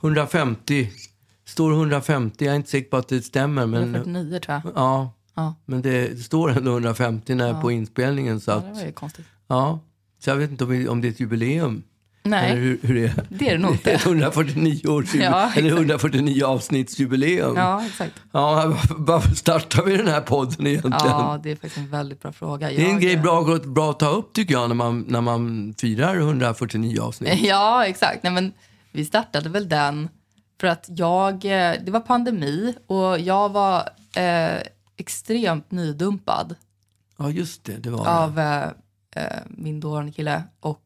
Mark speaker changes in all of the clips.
Speaker 1: 150. Står 150. Jag är inte säker på att det stämmer. Men,
Speaker 2: 149 tror jag.
Speaker 1: ja,
Speaker 2: Ja.
Speaker 1: men det står ändå 150 när, på inspelningen. Så,
Speaker 2: ja,
Speaker 1: att,
Speaker 2: det var ju konstigt.
Speaker 1: ja. så jag vet inte om, vi- om det är ett jubileum. Eller
Speaker 2: Nej,
Speaker 1: hur, hur det är.
Speaker 2: det är det nog
Speaker 1: Det är
Speaker 2: inte.
Speaker 1: ett 149 års
Speaker 2: Ja,
Speaker 1: ja,
Speaker 2: exakt.
Speaker 1: eller 149 avsnittsjubileum. Ja.
Speaker 2: Ja, exakt.
Speaker 1: varför, varför startar vi den här podden egentligen?
Speaker 2: Ja, det är faktiskt en väldigt bra fråga.
Speaker 1: det är en
Speaker 2: Jag-
Speaker 1: grej bra, bra att ta upp tycker jag när man, när man firar 149 avsnitt.
Speaker 2: Ja, exakt. Nej, men vi startade väl den för att jag, eh, det var pandemi och jag var eh, extremt nydumpad
Speaker 1: Ja just det, det var det.
Speaker 2: av eh, eh, min dåvarande kille. Och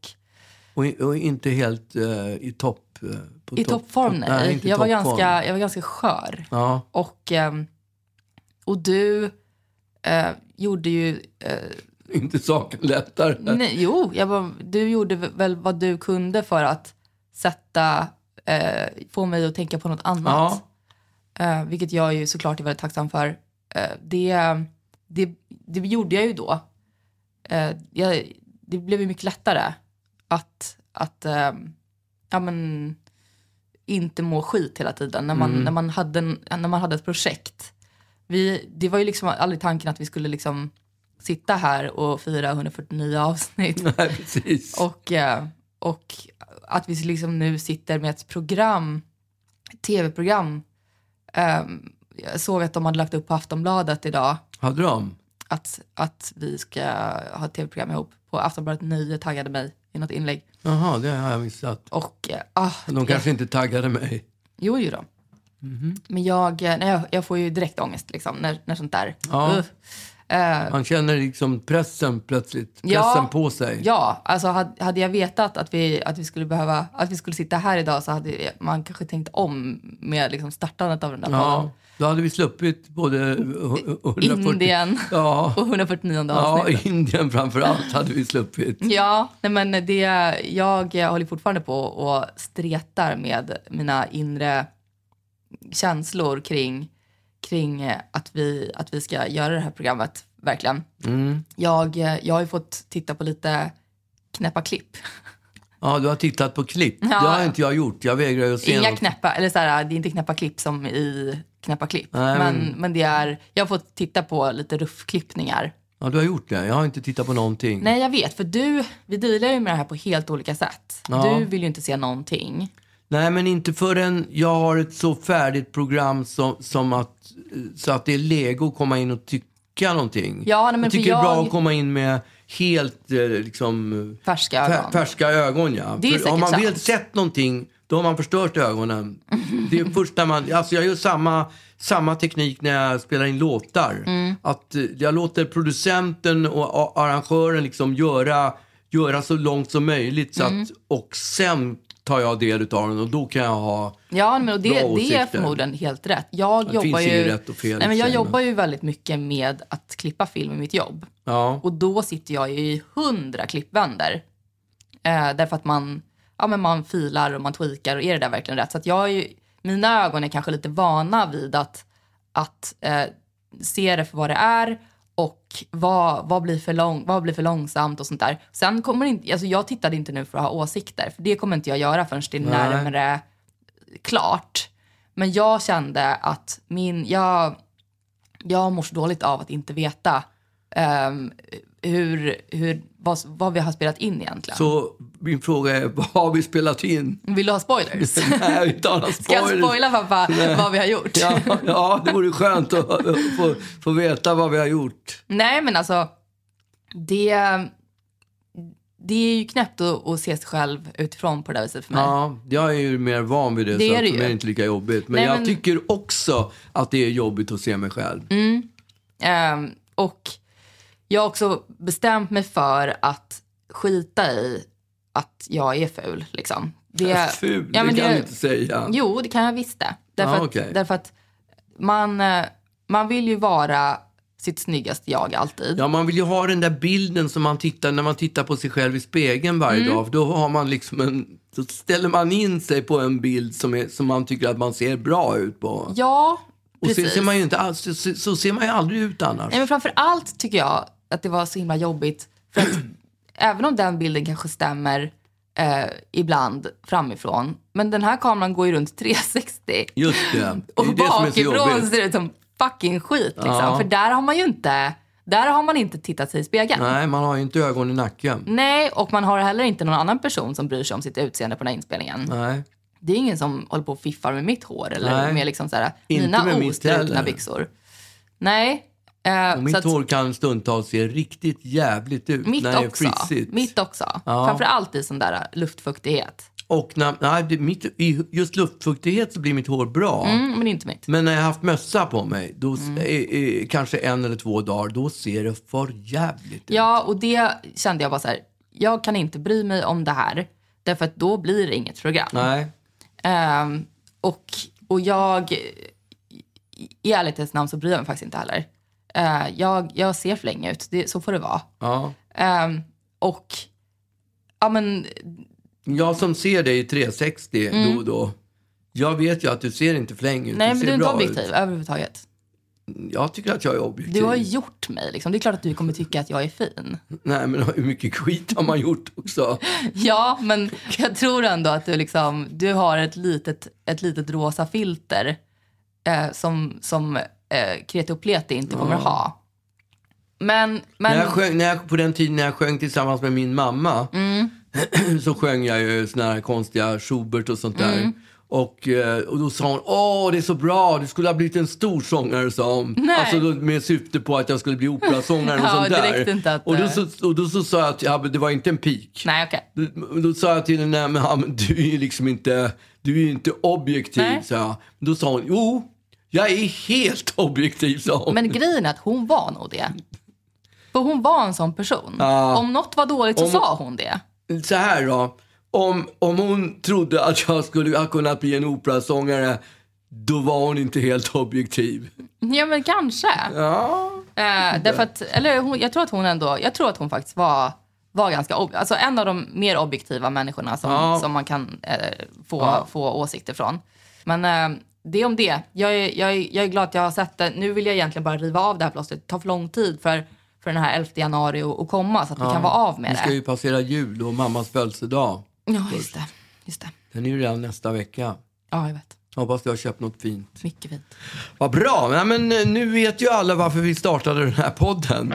Speaker 1: Och, i- och inte helt eh, i topp. eh, på
Speaker 2: i
Speaker 1: topp-
Speaker 2: toppform, nej.
Speaker 1: inte i
Speaker 2: Jag var,
Speaker 1: toppform.
Speaker 2: ganska, jag var ganska skör.
Speaker 1: Ja,
Speaker 2: Och, ehm, och du eh, gjorde ju... Eh,
Speaker 1: inte saken lättare.
Speaker 2: nej, jo, jag bara, du gjorde väl vad du kunde för att sätta, eh, få mig att tänka på något annat. Eh, vilket jag ju såklart är väldigt tacksam för. Eh, det, det, det gjorde jag ju då. Eh, jag, det blev ju mycket lättare att, att ehm, ja, men, inte må skit hela tiden när man, när man, hade, en, när man hade ett projekt. Vi, det var ju liksom aldrig tanken att vi skulle liksom sitta här och fira 149 avsnitt.
Speaker 1: Nej, precis.
Speaker 2: Och, eh, och att vi liksom nu sitter med ett program, ett tv-program. Ehm, Jag såg att de hade lagt upp på Aftonbladet idag
Speaker 1: Hade de?
Speaker 2: att, att vi ska ha ett tv-program ihop. På Aftonbladet Nöje taggade mig i något inlägg.
Speaker 1: Jaha, det har jag missat.
Speaker 2: Och, eh, ah,
Speaker 1: De kanske inte taggade mig.
Speaker 2: Jo, jo då. Men jag, eh, nej, jag, jag får ju direkt ångest liksom, när, när sånt där.
Speaker 1: Ja.
Speaker 2: Ugh. Eh,
Speaker 1: Man känner liksom pressen plötsligt. Pressen
Speaker 2: Ja.
Speaker 1: på sig.
Speaker 2: Ja, alltså hade, hade jag vetat att vi, att, vi skulle behöva, att vi skulle sitta här idag så hade man kanske tänkt om med liksom startandet av den där podden.
Speaker 1: Ja, då hade vi sluppit både 140...
Speaker 2: Indien
Speaker 1: Ja,
Speaker 2: och 149
Speaker 1: ja
Speaker 2: avsnittet.
Speaker 1: Indien framför allt hade vi sluppit.
Speaker 2: Ja, nej men det, jag håller fortfarande på och stretar med mina inre känslor kring, kring eh, att, vi, att vi ska göra det här programmet, verkligen.
Speaker 1: Mm.
Speaker 2: Jag, eh, jag har ju fått titta på lite knäppa klipp.
Speaker 1: Ja, du har tittat på klipp.
Speaker 2: Ja.
Speaker 1: Det har inte jag gjort. Jag vägrar ju att se
Speaker 2: Inga
Speaker 1: något.
Speaker 2: knäppa, eller så här, det är inte knäppa klipp som i knäppa klipp.
Speaker 1: Nej,
Speaker 2: men,
Speaker 1: men-
Speaker 2: men det är, jag har fått titta på lite ruffklippningar.
Speaker 1: Ja, du har gjort det. Jag har inte tittat på någonting.
Speaker 2: Nej jag vet, för du, vi dealar ju med det här på helt olika sätt.
Speaker 1: Ja.
Speaker 2: Du vill ju inte se någonting.
Speaker 1: Nej, men inte förrän jag har ett så färdigt program som, som att, så att det är lego att komma in och tycka någonting.
Speaker 2: Ja, nej, men
Speaker 1: jag
Speaker 2: för
Speaker 1: tycker det är bra
Speaker 2: jag-
Speaker 1: att komma in med helt eh, liksom,
Speaker 2: Färska
Speaker 1: fär-
Speaker 2: ögon.
Speaker 1: färska ögon. Ja.
Speaker 2: Det är
Speaker 1: För har man
Speaker 2: säkert
Speaker 1: väl
Speaker 2: sant.
Speaker 1: sett någonting, då har man förstört ögonen. Det är först när man, alltså jag gör samma, samma teknik när jag spelar in låtar.
Speaker 2: Mm.
Speaker 1: Att eh, jag låter producenten och a- arrangören liksom göra, göra så långt som möjligt. Så
Speaker 2: Mm.
Speaker 1: att, och sen tar jag del utav den och då kan jag ha...
Speaker 2: Ja, men och det,
Speaker 1: Bra
Speaker 2: det
Speaker 1: åsikter.
Speaker 2: är förmodligen helt rätt. Jag
Speaker 1: Det
Speaker 2: jobbar
Speaker 1: finns ju
Speaker 2: ju
Speaker 1: rätt och fel i och
Speaker 2: Nej, men
Speaker 1: för
Speaker 2: jag
Speaker 1: sig,
Speaker 2: jobbar ju väldigt mycket med att klippa film i mitt jobb.
Speaker 1: Ja,
Speaker 2: Och då sitter jag ju i hundra klippvänder. Eh, därför att man, ja, men man filar och man tweakar och är det där verkligen rätt? Så att jag är ju, mina ögon är kanske lite vana vid att, att eh, se det för vad det är och vad, vad, blir för lång, vad blir för långsamt och sånt där. Sen kommer det inte, alltså jag tittade inte nu för att ha åsikter, för det kommer inte jag göra förrän det är
Speaker 1: Nej.
Speaker 2: närmare klart. Men jag kände att min, jag, jag mår så dåligt av att inte veta ehm, hur, hur, vad, vad vi har spelat in egentligen.
Speaker 1: så min fråga är, vad har vi spelat in?
Speaker 2: Vill du ha spoilers?
Speaker 1: Nej, vi tar några
Speaker 2: Ska jag
Speaker 1: spoilers.
Speaker 2: spoila pappa vad vi har gjort?
Speaker 1: Ja, ja, det vore skönt att att få, få veta vad vi har gjort.
Speaker 2: Nej men alltså, det, det är ju knäppt att, att se sig själv utifrån på det där viset för mig.
Speaker 1: Ja, jag är ju mer van vid det,
Speaker 2: Det
Speaker 1: så
Speaker 2: är
Speaker 1: att för
Speaker 2: det ju.
Speaker 1: mig är det inte lika jobbigt. Men
Speaker 2: Nej,
Speaker 1: jag
Speaker 2: men- Mm,
Speaker 1: tycker också att det är jobbigt att se mig själv.
Speaker 2: Ehm, och jag har också bestämt mig för att skita i att jag är ful. Liksom. Det,
Speaker 1: Äh, Ful,
Speaker 2: Ja,
Speaker 1: det
Speaker 2: men
Speaker 1: kan
Speaker 2: det-
Speaker 1: du inte säga.
Speaker 2: Jo, det kan jag visst det. Därför,
Speaker 1: Ja,
Speaker 2: att-
Speaker 1: okej.
Speaker 2: därför att man, eh, man vill ju vara sitt snyggaste jag alltid.
Speaker 1: Ja, man vill ju ha den där bilden som man tittar när man tittar på sig själv i spegeln varje
Speaker 2: Mm.
Speaker 1: dag. För då har man liksom en... Så ställer man in sig på en bild som, är, som man tycker att man ser bra ut på.
Speaker 2: Ja,
Speaker 1: Och så
Speaker 2: precis.
Speaker 1: ser man ju inte alls, så, så, så ser man ju aldrig ut annars.
Speaker 2: Nej, men framför allt tycker jag att det var så himla jobbigt. För att även om den bilden kanske stämmer eh, ibland framifrån. Men den här kameran går ju runt 360.
Speaker 1: Just det.
Speaker 2: Och
Speaker 1: det är det som är så
Speaker 2: bakifrån
Speaker 1: jobbigt.
Speaker 2: ser det ut som fucking skit. Liksom.
Speaker 1: Ja.
Speaker 2: För där har man ju inte, där har man inte tittat sig i spegeln. Nej.
Speaker 1: Nej, man har ju inte ögon i
Speaker 2: Mm.
Speaker 1: nacken.
Speaker 2: och man har heller inte någon annan person som bryr sig om sitt utseende på den här inspelningen.
Speaker 1: Nej.
Speaker 2: Det är ingen som håller på och fiffar med mitt hår eller
Speaker 1: Nej.
Speaker 2: med liksom så här,
Speaker 1: Inte
Speaker 2: mina
Speaker 1: med mitt
Speaker 2: ostrukna
Speaker 1: heller.
Speaker 2: byxor. Nej. Eh,
Speaker 1: Och
Speaker 2: så
Speaker 1: mitt
Speaker 2: att,
Speaker 1: hår kan stundtals se riktigt jävligt ut
Speaker 2: mitt,
Speaker 1: när det är
Speaker 2: också,
Speaker 1: frissigt.
Speaker 2: mitt också.
Speaker 1: Ja.
Speaker 2: Framförallt i sån där luftfuktighet.
Speaker 1: Och när, nej, det, mitt, i just luftfuktighet så blir mitt hår bra.
Speaker 2: Mm, men inte mitt.
Speaker 1: Men när jag har haft mössa på mig, då, s- eh, eh, kanske en eller två dagar, då ser det för jävligt ut.
Speaker 2: Ja, och det kände jag bara så här. Jag kan inte bry mig om det här. Därför att då blir det inget program.
Speaker 1: Nej,
Speaker 2: Ehm, och, och jag, i- i ärlighetens namn så bryr jag mig faktiskt inte heller. Eh, jag, jag ser för länge ut, det, så får det vara.
Speaker 1: ja.
Speaker 2: Ehm, och, ja men,
Speaker 1: Jag som ser dig i 360 då och då, jag vet ju att du ser inte fläng ut.
Speaker 2: Mm. nej men
Speaker 1: ser
Speaker 2: du är inte
Speaker 1: bra
Speaker 2: objektiv överhuvudtaget.
Speaker 1: Ut. Jag tycker att jag är objektiv.
Speaker 2: Du har ju gjort mig liksom. Det är klart att du kommer tycka att jag är fin.
Speaker 1: Nej, men hur mycket skit har man gjort också?
Speaker 2: Ja, men jag tror ändå att du, liksom, du har ett litet, ett litet rosa filter eh, som, som eh, kreti och pleti inte kommer ha. Men,
Speaker 1: När
Speaker 2: men
Speaker 1: jag sjöng, när jag, på den tiden när jag sjöng tillsammans med min mamma
Speaker 2: Mm.
Speaker 1: så sjöng jag ju såna här konstiga Schubert och sånt
Speaker 2: Mm.
Speaker 1: där. Och, eh, och då sa hon, åh det är så bra, du skulle ha blivit en stor sångare sa hon.
Speaker 2: Nej.
Speaker 1: Alltså då, med syfte på att jag skulle bli operasångare och
Speaker 2: Ja,
Speaker 1: sånt
Speaker 2: det
Speaker 1: där.
Speaker 2: räckte inte att,
Speaker 1: och, då
Speaker 2: eh,
Speaker 1: så, och då så sa jag att ja, men det var inte en pik.
Speaker 2: nej, okej.
Speaker 1: Då- Då sa jag till henne, "Nej, men, ja, men du är ju liksom inte, du är ju inte objektiv
Speaker 2: Nej.
Speaker 1: sa jag. Då sa hon, jo jag är helt objektiv sa hon.
Speaker 2: Men grejen är att hon var nog det. För hon var en sån person.
Speaker 1: Ja.
Speaker 2: Om något var dåligt så
Speaker 1: Om-
Speaker 2: sa hon det.
Speaker 1: så här då. Om, om hon trodde att jag skulle ha kunnat bli en operasångare, då var hon inte helt objektiv.
Speaker 2: Ja, men kanske.
Speaker 1: Ja.
Speaker 2: Eh, därför att, eller hon, jag tror att hon ändå, jag tror att hon faktiskt var, var ganska, ob- alltså en av de mer objektiva människorna som,
Speaker 1: Ja.
Speaker 2: som man kan eh, få,
Speaker 1: Ja.
Speaker 2: få åsikter från. Men eh, det om det. Jag är, jag, är, jag är glad att jag har sett det. Nu vill jag egentligen bara riva av det här plåstret. Det tar för lång tid för, för den här 11 januari att att komma så att vi kan vara av med
Speaker 1: Vi ska
Speaker 2: det.
Speaker 1: ju passera jul och mammas födelsedag.
Speaker 2: Ja, just det. Just det.
Speaker 1: Den är ju redan nästa vecka.
Speaker 2: Ja, jag vet.
Speaker 1: Hoppas du har köpt något fint.
Speaker 2: Mycket fint.
Speaker 1: Vad bra! Nej, men eh, nu vet ju alla varför vi startade den här podden.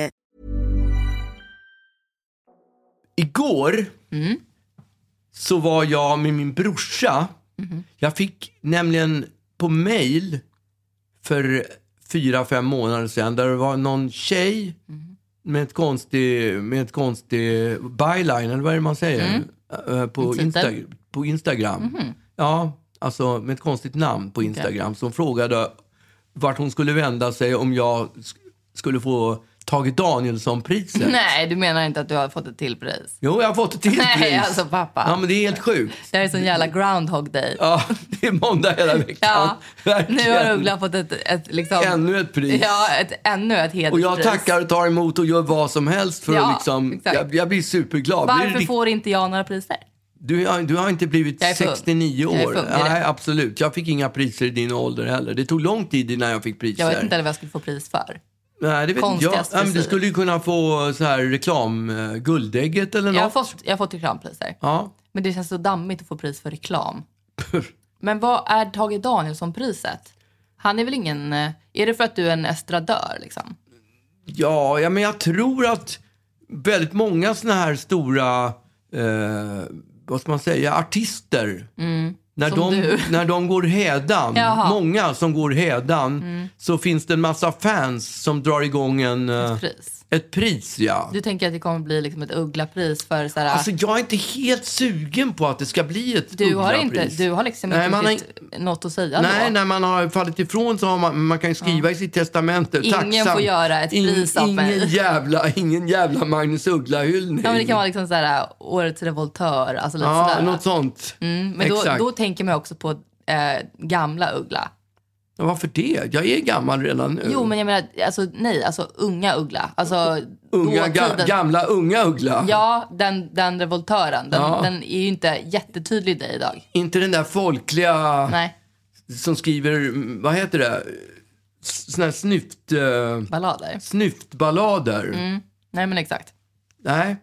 Speaker 1: Igår så var jag med min brorsa. Jag fick nämligen på mail för fyra, fem månader sedan där det var någon tjej med ett konstig, med ett konstig byline, eller vad är det man säger? Eh, På,
Speaker 2: En titel.
Speaker 1: Insta, på Instagram. Ja, alltså med ett konstigt namn på Instagram som frågade vart hon skulle vända sig om jag sk- skulle få Tage Danielsson-priset.
Speaker 2: Nej, du menar inte att du har fått ett till pris?
Speaker 1: Jo, jag har fått ett till
Speaker 2: Nej,
Speaker 1: pris.
Speaker 2: alltså, pappa.
Speaker 1: Ja, men det är helt sjukt.
Speaker 2: Det här är sån jävla Groundhog Day.
Speaker 1: Ja, det är måndag hela veckan.
Speaker 2: Ja,
Speaker 1: Verkligen.
Speaker 2: nu har Uggla fått ett, ett liksom...
Speaker 1: Ännu ett pris.
Speaker 2: Ja, ett, ännu ett hederspris.
Speaker 1: Och jag tackar och tar emot och gör vad som helst för
Speaker 2: Ja,
Speaker 1: att liksom...
Speaker 2: exakt.
Speaker 1: Jag, jag blir superglad. Blir
Speaker 2: Varför
Speaker 1: det rikt-
Speaker 2: får inte jag några priser?
Speaker 1: du, har- du har inte blivit
Speaker 2: Jag är full.
Speaker 1: 69
Speaker 2: Jag är
Speaker 1: år.
Speaker 2: full, det är
Speaker 1: Nej,
Speaker 2: det.
Speaker 1: absolut. Jag fick inga priser i din ålder heller. Det tog lång tid innan jag fick priser.
Speaker 2: Jag vet inte vad jag skulle få pris för.
Speaker 1: Nej, det vet inte jag.
Speaker 2: Konstigast
Speaker 1: Ja, men du
Speaker 2: frisyr.
Speaker 1: skulle ju kunna få så här reklam, eh, Guldägget eller något.
Speaker 2: Jag har fått, jag har fått reklampriser.
Speaker 1: Ja.
Speaker 2: Men det känns så dammigt att få pris för reklam. Men vad är Tage Danielsson-priset? Han är väl ingen... eh, Är det för att du är en estradör liksom?
Speaker 1: Ja, ja, men jag tror att väldigt många såna här stora, eh, vad ska man säga, artister. När
Speaker 2: Mm. Som
Speaker 1: de,
Speaker 2: du.
Speaker 1: när de går hädan,
Speaker 2: Jaha. Mm.
Speaker 1: många som går hädan, så finns det en massa fans som drar igång en, eh,
Speaker 2: Pris.
Speaker 1: ett pris. Ja.
Speaker 2: Du tänker att det kommer bli liksom ett Uggla-pris för så här,
Speaker 1: Alltså jag är inte helt sugen på att det ska bli ett
Speaker 2: du, har
Speaker 1: Uggla-pris.
Speaker 2: inte, du har liksom
Speaker 1: Nej,
Speaker 2: inte
Speaker 1: man har
Speaker 2: riktigt något att säga
Speaker 1: Nej,
Speaker 2: då.
Speaker 1: när man har fallit ifrån så har man, man kan ju skriva i sitt testamente.
Speaker 2: Ingen
Speaker 1: tacksam.
Speaker 2: får göra ett pris av mig.
Speaker 1: Ingen jävla, ingen jävla Magnus Uggla-hyllning.
Speaker 2: Ja, men det kan vara liksom så här, årets revoltör, alltså lite
Speaker 1: Ja,
Speaker 2: sådär.
Speaker 1: något sånt.
Speaker 2: Mm, men då,
Speaker 1: Exakt.
Speaker 2: då tänker man också på eh, gamla Uggla.
Speaker 1: Ja, varför det? Jag är gammal redan nu.
Speaker 2: Jo, men jag menar, alltså, nej, alltså unga Uggla. Alltså,
Speaker 1: unga, ga,
Speaker 2: dåtiden.
Speaker 1: gamla unga Uggla.
Speaker 2: Ja, den, den revoltören. Den,
Speaker 1: Ja.
Speaker 2: den är ju inte jättetydlig i dig idag.
Speaker 1: Inte den där folkliga
Speaker 2: Nej,
Speaker 1: som skriver, mm, vad heter det, S- såna här snyft, eh,
Speaker 2: ballader.
Speaker 1: snyftballader.
Speaker 2: Mm. Nej, men exakt.
Speaker 1: Nej,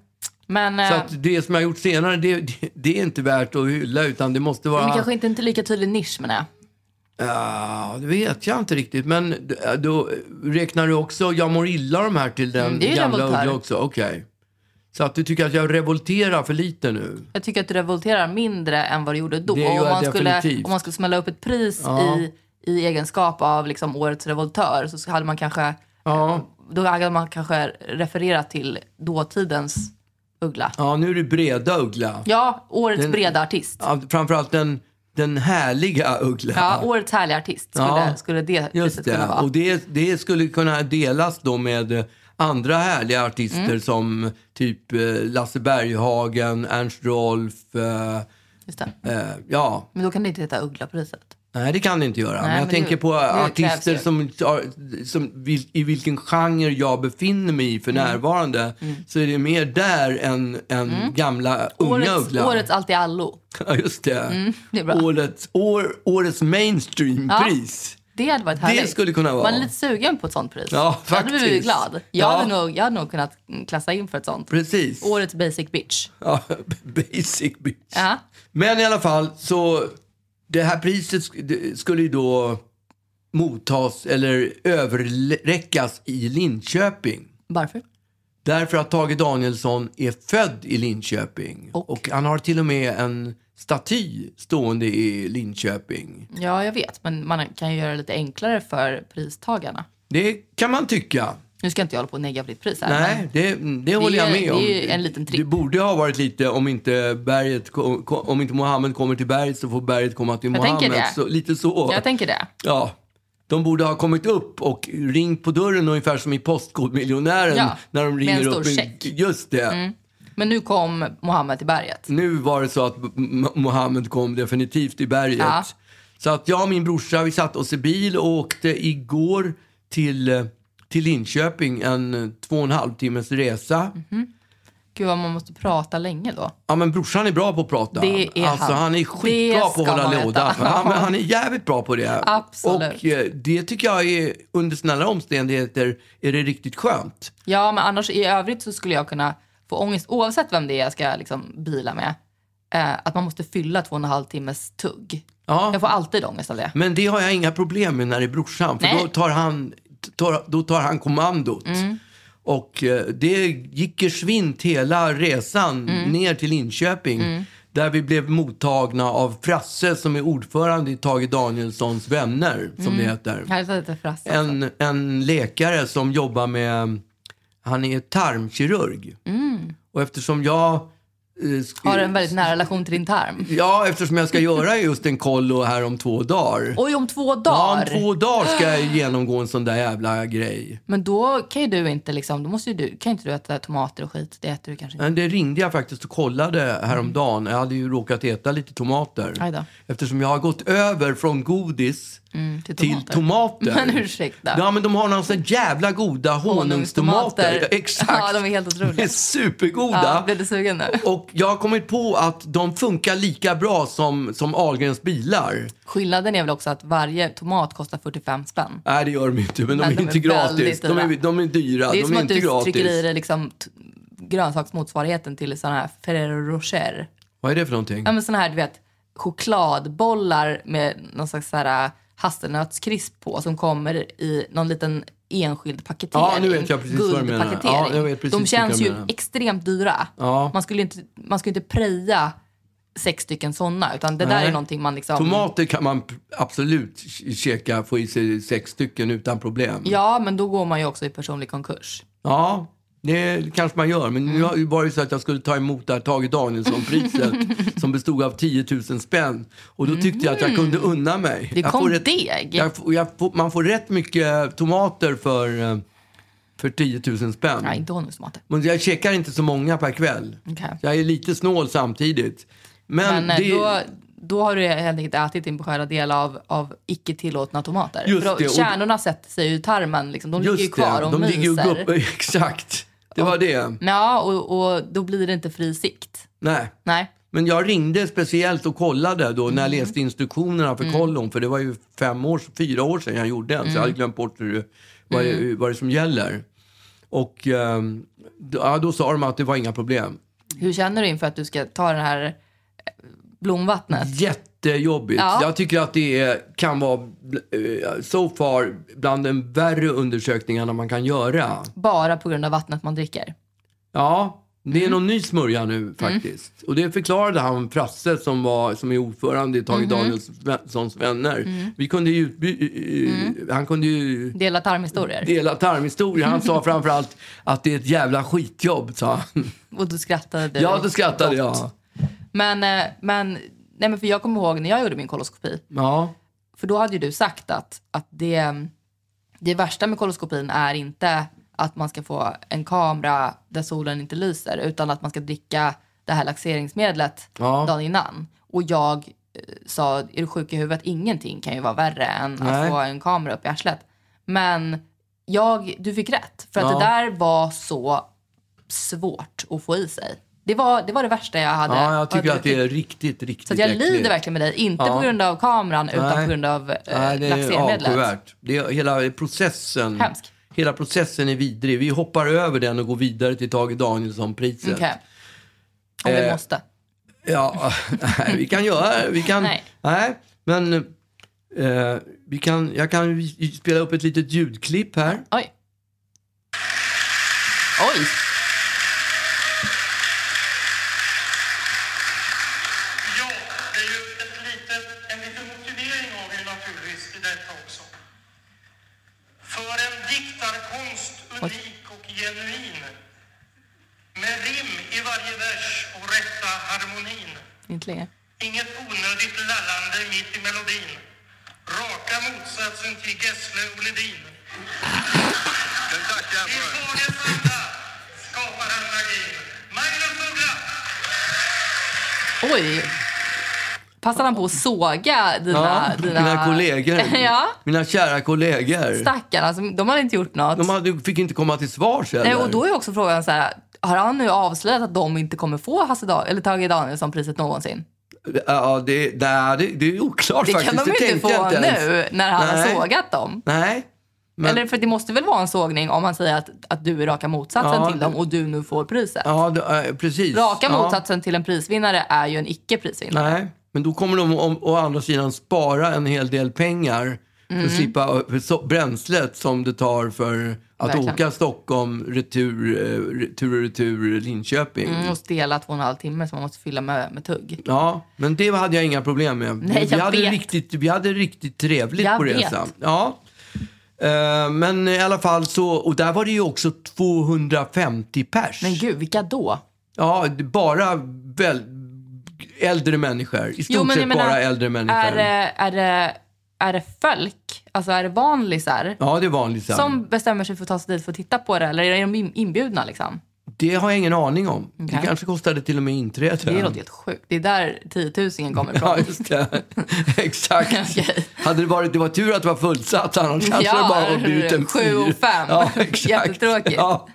Speaker 2: Men,
Speaker 1: så
Speaker 2: eh,
Speaker 1: att det som jag gjort senare, det, det, det är inte värt att hylla utan det måste vara...
Speaker 2: men kanske inte, inte lika tydlig nisch menar jag.
Speaker 1: Ja, det vet jag inte riktigt. Men d- då räknar du också Jag mår illa de här till den
Speaker 2: Mm, det är ju
Speaker 1: gamla
Speaker 2: revoltör.
Speaker 1: Uggla också? Okej. Så att du tycker att jag revolterar för lite nu?
Speaker 2: Jag tycker att du revolterar mindre än vad du gjorde då.
Speaker 1: Det gör
Speaker 2: Och om,
Speaker 1: jag
Speaker 2: man skulle,
Speaker 1: definitivt.
Speaker 2: om man skulle smälla upp ett pris i, i egenskap av liksom årets revoltör så hade man kanske,
Speaker 1: Ja,
Speaker 2: då hade man kanske refererat till dåtidens Uggla.
Speaker 1: ja nu är det breda Uggla.
Speaker 2: Ja, årets
Speaker 1: Den-
Speaker 2: breda artist.
Speaker 1: Ja, framförallt den, den härliga Uggla.
Speaker 2: Ja, årets härliga artist skulle,
Speaker 1: Ja.
Speaker 2: skulle det
Speaker 1: Just
Speaker 2: priset kunna
Speaker 1: det.
Speaker 2: vara.
Speaker 1: Och det, det skulle kunna delas då med eh, andra härliga artister
Speaker 2: Mm.
Speaker 1: som typ eh, Lasse Berghagen, Ernst Rolf. eh,
Speaker 2: Just det.
Speaker 1: eh, ja,
Speaker 2: Men då kan det inte heta Uggla-priset.
Speaker 1: Nej, det kan det inte göra.
Speaker 2: Nej,
Speaker 1: men jag
Speaker 2: men
Speaker 1: tänker
Speaker 2: det-
Speaker 1: på
Speaker 2: det krävs
Speaker 1: artister
Speaker 2: ju.
Speaker 1: som, som vil, i vilken genre jag befinner mig i för
Speaker 2: Mm.
Speaker 1: närvarande. Så är det mer där än, än gamla unga
Speaker 2: Mm. Årets,
Speaker 1: Uggla.
Speaker 2: årets allt i allo.
Speaker 1: Ja, just det.
Speaker 2: Mm, det är bra.
Speaker 1: Årets, år, årets mainstreampris.
Speaker 2: Det hade varit härligt.
Speaker 1: skulle kunna vara.
Speaker 2: Man är lite sugen på ett sånt pris.
Speaker 1: Ja,
Speaker 2: Jag hade blivit
Speaker 1: faktiskt.
Speaker 2: glad. Jag,
Speaker 1: Ja.
Speaker 2: hade nog, jag hade nog kunnat mm, klassa in för ett sånt.
Speaker 1: Precis.
Speaker 2: Årets basic bitch.
Speaker 1: Ja, basic bitch.
Speaker 2: Ja.
Speaker 1: Men i alla fall, så det här priset sk- det skulle ju då mottas eller överräckas i Linköping.
Speaker 2: Varför?
Speaker 1: Därför att Tage Danielsson är född i Linköping. Och,
Speaker 2: Och?
Speaker 1: han har till och med en staty stående i Linköping.
Speaker 2: Ja, jag vet. Men man kan ju göra det lite enklare för pristagarna.
Speaker 1: Det kan man tycka.
Speaker 2: Nu ska inte jag hålla på och negga fritt pris här. men-
Speaker 1: Nej, det, det håller jag
Speaker 2: är-
Speaker 1: med om.
Speaker 2: det är en liten tripp.
Speaker 1: Det borde ha varit lite, om inte, berget, ko- ko- om inte Mohammed kommer till berget så får berget komma till
Speaker 2: Jag tänker
Speaker 1: Mohammed.
Speaker 2: det.
Speaker 1: Så, lite så.
Speaker 2: Jag tänker det.
Speaker 1: Ja. De borde ha kommit upp och ringt på dörren ungefär som i Postkodmiljonären.
Speaker 2: Ja,
Speaker 1: när de
Speaker 2: med en
Speaker 1: ringer
Speaker 2: stor
Speaker 1: upp. i-
Speaker 2: check. Mm.
Speaker 1: Just det.
Speaker 2: Men nu kom Mohammed till berget.
Speaker 1: Nu var det så att M- M- Mohammed kom definitivt i berget.
Speaker 2: Ja.
Speaker 1: Så att jag och min brorsa, vi satte oss i bil och åkte igår till, eh, till Linköping, en eh, två och en halv timmes resa.
Speaker 2: Mm. Gud vad man måste prata länge då.
Speaker 1: Ja men brorsan är bra på att prata.
Speaker 2: Det är
Speaker 1: alltså
Speaker 2: han.
Speaker 1: han är skitbra
Speaker 2: Det
Speaker 1: på att
Speaker 2: ska
Speaker 1: hålla
Speaker 2: man
Speaker 1: låda.
Speaker 2: veta.
Speaker 1: Ja, men han är jävligt bra på det.
Speaker 2: Absolut.
Speaker 1: Och eh, det tycker jag är, under snälla omständigheter, är det riktigt skönt.
Speaker 2: Ja, men annars i övrigt så skulle jag kunna få ångest oavsett vem det är jag ska liksom bila med. Eh, att man måste fylla två och en halv timmes tugg.
Speaker 1: Ja.
Speaker 2: Jag får alltid ångest av det.
Speaker 1: Men det har jag inga problem med när det är brorsan. För
Speaker 2: Nej. Mm.
Speaker 1: då tar, han, tar, då tar han kommandot. Och eh, det gick ju svint hela resan
Speaker 2: Mm.
Speaker 1: ner till Linköping. Där vi blev mottagna av Frasse som är ordförande i Tage Danielssons vänner, som
Speaker 2: Mm.
Speaker 1: det heter.
Speaker 2: Härligt att det är Frasse. också.
Speaker 1: En, en läkare som jobbar med, han är tarmkirurg. Och eftersom jag eh, sk-
Speaker 2: Mm. Har en väldigt nära relation till din tarm.
Speaker 1: Ja, eftersom jag ska göra just en kollo här om två dagar.
Speaker 2: Oj, om två
Speaker 1: Ja,
Speaker 2: dagar!
Speaker 1: om två dagar ska jag genomgå en sån där jävla grej.
Speaker 2: Men då kan ju du inte liksom, då måste ju du, kan ju inte du äta tomater och skit. Det äter du kanske inte.
Speaker 1: Men det ringde jag faktiskt och kollade häromdagen. Jag hade ju råkat äta lite tomater.
Speaker 2: Aj då.
Speaker 1: Eftersom jag har gått över från godis
Speaker 2: Mm, till
Speaker 1: till
Speaker 2: tomater.
Speaker 1: tomater.
Speaker 2: Men ursäkta.
Speaker 1: Ja, men de har några sådana jävla goda honungstomater.
Speaker 2: Honungstomater.
Speaker 1: Exakt.
Speaker 2: Ja, de är helt otroliga.
Speaker 1: De är supergoda.
Speaker 2: Ja, blev du sugen nu?
Speaker 1: Och jag har kommit på att de funkar lika bra som, som Ahlgrens bilar.
Speaker 2: Skillnaden är väl också att varje tomat kostar 45 spänn.
Speaker 1: Nej, det gör de inte, men de
Speaker 2: Nej,
Speaker 1: är
Speaker 2: de
Speaker 1: inte
Speaker 2: är
Speaker 1: gratis.
Speaker 2: väldigt
Speaker 1: De är,
Speaker 2: dyra.
Speaker 1: de är dyra,
Speaker 2: det är
Speaker 1: de
Speaker 2: som
Speaker 1: är
Speaker 2: att
Speaker 1: inte
Speaker 2: du
Speaker 1: gratis.
Speaker 2: trycker i dig liksom t- grönsaksmotsvarigheten till såna här Ferrero Rocher.
Speaker 1: Vad är det för någonting?
Speaker 2: Ja men såna här du vet äh, chokladbollar med någon slags så här hasselnötskrisp på som kommer i någon liten enskild paketering.
Speaker 1: Ja, nu vet jag precis vad du menar.
Speaker 2: guldpaketering.
Speaker 1: Ja, jag vet precis
Speaker 2: De känns
Speaker 1: vilka jag
Speaker 2: ju
Speaker 1: menar.
Speaker 2: extremt dyra.
Speaker 1: Ja.
Speaker 2: Man, skulle inte, man skulle inte preja sex stycken sådana. Utan det där
Speaker 1: Nej.
Speaker 2: är någonting man liksom...
Speaker 1: Tomater kan man p- absolut k- käka, få i sig sex stycken utan problem.
Speaker 2: Ja, men då går man ju också i personlig konkurs.
Speaker 1: Ja, det kanske man gör. Men nu har- var det ju så att jag skulle ta emot det här Tage Danielsson-priset som bestod av 10 000 spänn. Och då tyckte jag att jag kunde unna mig.
Speaker 2: Det
Speaker 1: jag
Speaker 2: kom
Speaker 1: får rätt-
Speaker 2: deg.
Speaker 1: Jag får, jag får, man får rätt mycket tomater för, eh, för 10 000 spänn.
Speaker 2: Nej, inte honungsmater.
Speaker 1: Men jag checkar inte så många per kväll.
Speaker 2: Okej.
Speaker 1: Jag är lite snål samtidigt. Men,
Speaker 2: Men eh,
Speaker 1: det,
Speaker 2: då, då har du helt enkelt ätit din beskärda del av, av icke tillåtna tomater.
Speaker 1: Just
Speaker 2: För då,
Speaker 1: det, och-
Speaker 2: Kärnorna sätter sig ju i tarmen. Liksom. De ligger ju
Speaker 1: just
Speaker 2: kvar och
Speaker 1: de
Speaker 2: myser.
Speaker 1: ligger ju uppe. Exakt, det var det.
Speaker 2: Ja, och, och då blir det inte fri sikt.
Speaker 1: Nej.
Speaker 2: Nej.
Speaker 1: Men jag ringde speciellt och kollade då när jag
Speaker 2: Mm.
Speaker 1: läste instruktionerna för kollon. För det var ju fem år, fyra år sedan jag gjorde den. Så jag hade
Speaker 2: Mm.
Speaker 1: glömt bort hur, vad, det, vad det som gäller. Och ehm, då- ja, då sa de att det var inga problem.
Speaker 2: Hur känner du inför att du ska ta den här eh,
Speaker 1: Mm.
Speaker 2: blomvattnet?
Speaker 1: Jättejobbigt.
Speaker 2: Ja.
Speaker 1: Jag tycker att det är, kan vara, eh, so far, bland de värre undersökningarna man kan göra.
Speaker 2: Bara på grund av vattnet man dricker.
Speaker 1: Ja, det är
Speaker 2: Mm.
Speaker 1: någon ny smörja nu faktiskt. Och det förklarade han Frasse som, var, som är ordförande i
Speaker 2: Mm-hmm.
Speaker 1: Tage Danielssons vänner.
Speaker 2: Mm.
Speaker 1: Vi kunde ju, utby- eh, Han kunde ju
Speaker 2: Dela tarmhistorier.
Speaker 1: dela tarmhistoria. Han sa framförallt att det är ett jävla skitjobb, sa han.
Speaker 2: Och då skrattade du.
Speaker 1: Ja, då skrattade
Speaker 2: gott.
Speaker 1: jag.
Speaker 2: Men, eh, men, nej, men för jag kommer ihåg när jag gjorde min koloskopi.
Speaker 1: Ja,
Speaker 2: För då hade ju du sagt att, att det, det värsta med koloskopin är inte att man ska få en kamera där solen inte lyser utan att man ska dricka det här laxeringsmedlet
Speaker 1: Ja.
Speaker 2: dagen innan. Och jag eh, sa, är du sjuk i huvudet? Ingenting kan ju vara värre än
Speaker 1: Nej.
Speaker 2: att få en kamera upp i arslet. Men jag, du fick rätt, för att
Speaker 1: Ja.
Speaker 2: det där var så svårt att få i sig. Det var det, var det värsta jag hade.
Speaker 1: ja jag tycker
Speaker 2: hade-
Speaker 1: att det är riktigt, riktigt
Speaker 2: så att jag
Speaker 1: äckligt.
Speaker 2: lider verkligen med dig. Inte
Speaker 1: Ja.
Speaker 2: på grund av kameran utan
Speaker 1: Nej.
Speaker 2: på grund av eh,
Speaker 1: Nej, det är
Speaker 2: laxermedlet.
Speaker 1: avskyvärt. Det är hela processen.
Speaker 2: Hemsk.
Speaker 1: Hela processen är vidrig. Vi hoppar över den och går vidare till Tage Danielsson-priset.
Speaker 2: Okej. Om vi
Speaker 1: Eh,
Speaker 2: måste.
Speaker 1: Ja, nej, vi kan göra vi kan,
Speaker 2: Nej.
Speaker 1: nej. men eh, vi kan, jag kan vi- spela upp ett litet ljudklipp här.
Speaker 2: Oj. Oj.
Speaker 3: Ja, det är ju ett litet, en liten motivering har vi ju naturligtvis i detta också. För en diktarkonst unik och genuin med rim i varje vers och rätta harmonin.
Speaker 2: Inte längre.
Speaker 3: Inget onödigt lallande mitt i melodin. Raka motsatsen till Gessle och Ledin. Den tackar jag för. I Fages anda skapar han magin. Magnus Uggla!
Speaker 2: Oj. Passade han på att såga dina...
Speaker 1: Ja,
Speaker 2: dina...
Speaker 1: Mina kollegor.
Speaker 2: ja.
Speaker 1: Mina kära kollegor.
Speaker 2: Stackarna. som- De hade inte gjort något.
Speaker 1: De hade, fick inte komma till svars heller.
Speaker 2: Nej, och då är också frågan så här. Har han nu avslöjat att de inte kommer få Hasse Dan- eller Tage Danielsson-priset någonsin?
Speaker 1: ja, det, nej, det, det är oklart
Speaker 2: Det
Speaker 1: faktiskt.
Speaker 2: kan de ju inte
Speaker 1: tänkte jag
Speaker 2: få
Speaker 1: ens.
Speaker 2: nu när han
Speaker 1: Nej.
Speaker 2: har sågat dem.
Speaker 1: Nej. Men,
Speaker 2: Eller för det måste väl vara en sågning om han säger att, att du är raka motsatsen
Speaker 1: Ja,
Speaker 2: till
Speaker 1: det-
Speaker 2: dem och du nu får priset.
Speaker 1: ja, det, eh, precis.
Speaker 2: Raka
Speaker 1: ja.
Speaker 2: motsatsen till en prisvinnare är ju en icke-prisvinnare.
Speaker 1: Nej, men då kommer de å, å andra sidan spara en hel del pengar för
Speaker 2: Mm.
Speaker 1: att slippa eh, för so- bränslet som det tar för att
Speaker 2: Verkligen.
Speaker 1: åka Stockholm retur, eh, retur och retur Linköping.
Speaker 2: Mm, och stela två och en halv timme som man måste fylla med, med tugg.
Speaker 1: Ja, men det hade jag inga problem med.
Speaker 2: Nej,
Speaker 1: vi,
Speaker 2: jag
Speaker 1: hade
Speaker 2: vet.
Speaker 1: Riktigt, vi hade riktigt trevligt
Speaker 2: Jag
Speaker 1: på
Speaker 2: vet.
Speaker 1: resan. Ja. Eh, Men i alla fall så, och där var det ju också 250 pers.
Speaker 2: Men gud, vilka då?
Speaker 1: Ja, det- bara väl, äldre människor. I stort
Speaker 2: men
Speaker 1: sett
Speaker 2: jag menar,
Speaker 1: bara äldre människor.
Speaker 2: Är eh, det, är, det, är det folk, alltså är det vanlisar
Speaker 1: Ja, det är vanligt. så här.
Speaker 2: som bestämmer sig för att ta sig dit för att titta på det eller är de in- inbjudna liksom?
Speaker 1: Det har jag ingen aning om.
Speaker 2: Okej.
Speaker 1: Det kanske kostade till och med inträde.
Speaker 2: Det låter helt sjukt. Det är där 10 000 kommer ifrån.
Speaker 1: Ja, just det. Exakt.
Speaker 2: Okej.
Speaker 1: Hade det varit, det var tur att det var fullsatt, annars kanske det bara hade blivit en
Speaker 2: sju och
Speaker 1: fyr.
Speaker 2: fem.
Speaker 1: Ja, exakt.
Speaker 2: Jättetråkigt.
Speaker 1: Ja.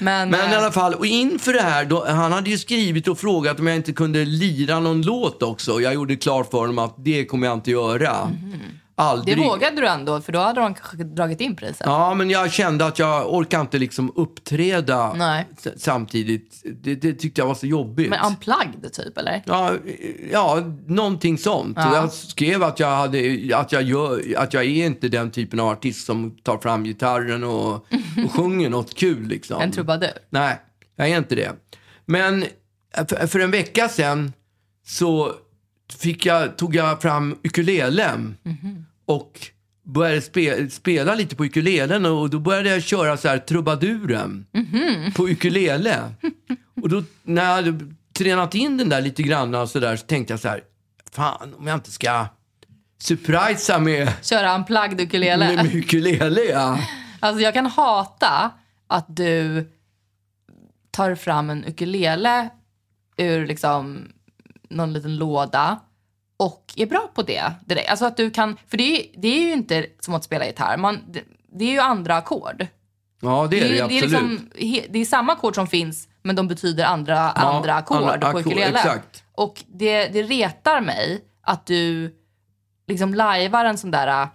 Speaker 2: Men,
Speaker 1: Men i
Speaker 2: eh,
Speaker 1: alla fall, och inför det här, då, han hade ju skrivit och frågat om jag inte kunde lira någon låt också. Jag gjorde klart för honom att det kommer jag inte göra. aldrig...
Speaker 2: Mhm. Det vågade du ändå, för då hade de kanske dragit in priset.
Speaker 1: Ja, men jag kände att jag orkade inte liksom uppträda
Speaker 2: Nej.
Speaker 1: s- samtidigt. Det, det tyckte jag var så jobbigt.
Speaker 2: Men unplugged typ, eller?
Speaker 1: Ja, ja, någonting sånt.
Speaker 2: Ja.
Speaker 1: Jag skrev att jag, hade, att, jag gör, att jag är inte den typen av artist som tar fram gitarren och, och sjunger något kul. Liksom.
Speaker 2: En trubadur.
Speaker 1: Nej, jag är inte det. Men för, för en vecka sedan så fick jag, tog jag fram ukulelen
Speaker 2: Mhm.
Speaker 1: och började spe, spela lite på ukulelen och då började jag köra så här trubaduren
Speaker 2: Mhm.
Speaker 1: på ukulele. Och då när jag hade tränat in den där lite grann och så där så tänkte jag så här, fan om jag inte ska surprisa med,
Speaker 2: Köra unplugged ukulele.
Speaker 1: med, med ukulele. Ja.
Speaker 2: Alltså jag kan hata att du tar fram en ukulele ur liksom någon liten låda och är bra på det direkt. Alltså att du kan, för det är, det är ju inte som att spela gitarr. Man, det, det är ju andra ackord.
Speaker 1: ja, det är det,
Speaker 2: ju-
Speaker 1: absolut.
Speaker 2: liksom he- det är samma ackord som finns men de betyder andra, andra ackord
Speaker 1: andra
Speaker 2: på
Speaker 1: ackord,
Speaker 2: ukulele.
Speaker 1: exakt.
Speaker 2: Och det, det retar mig att du liksom lajvar en sån där äh,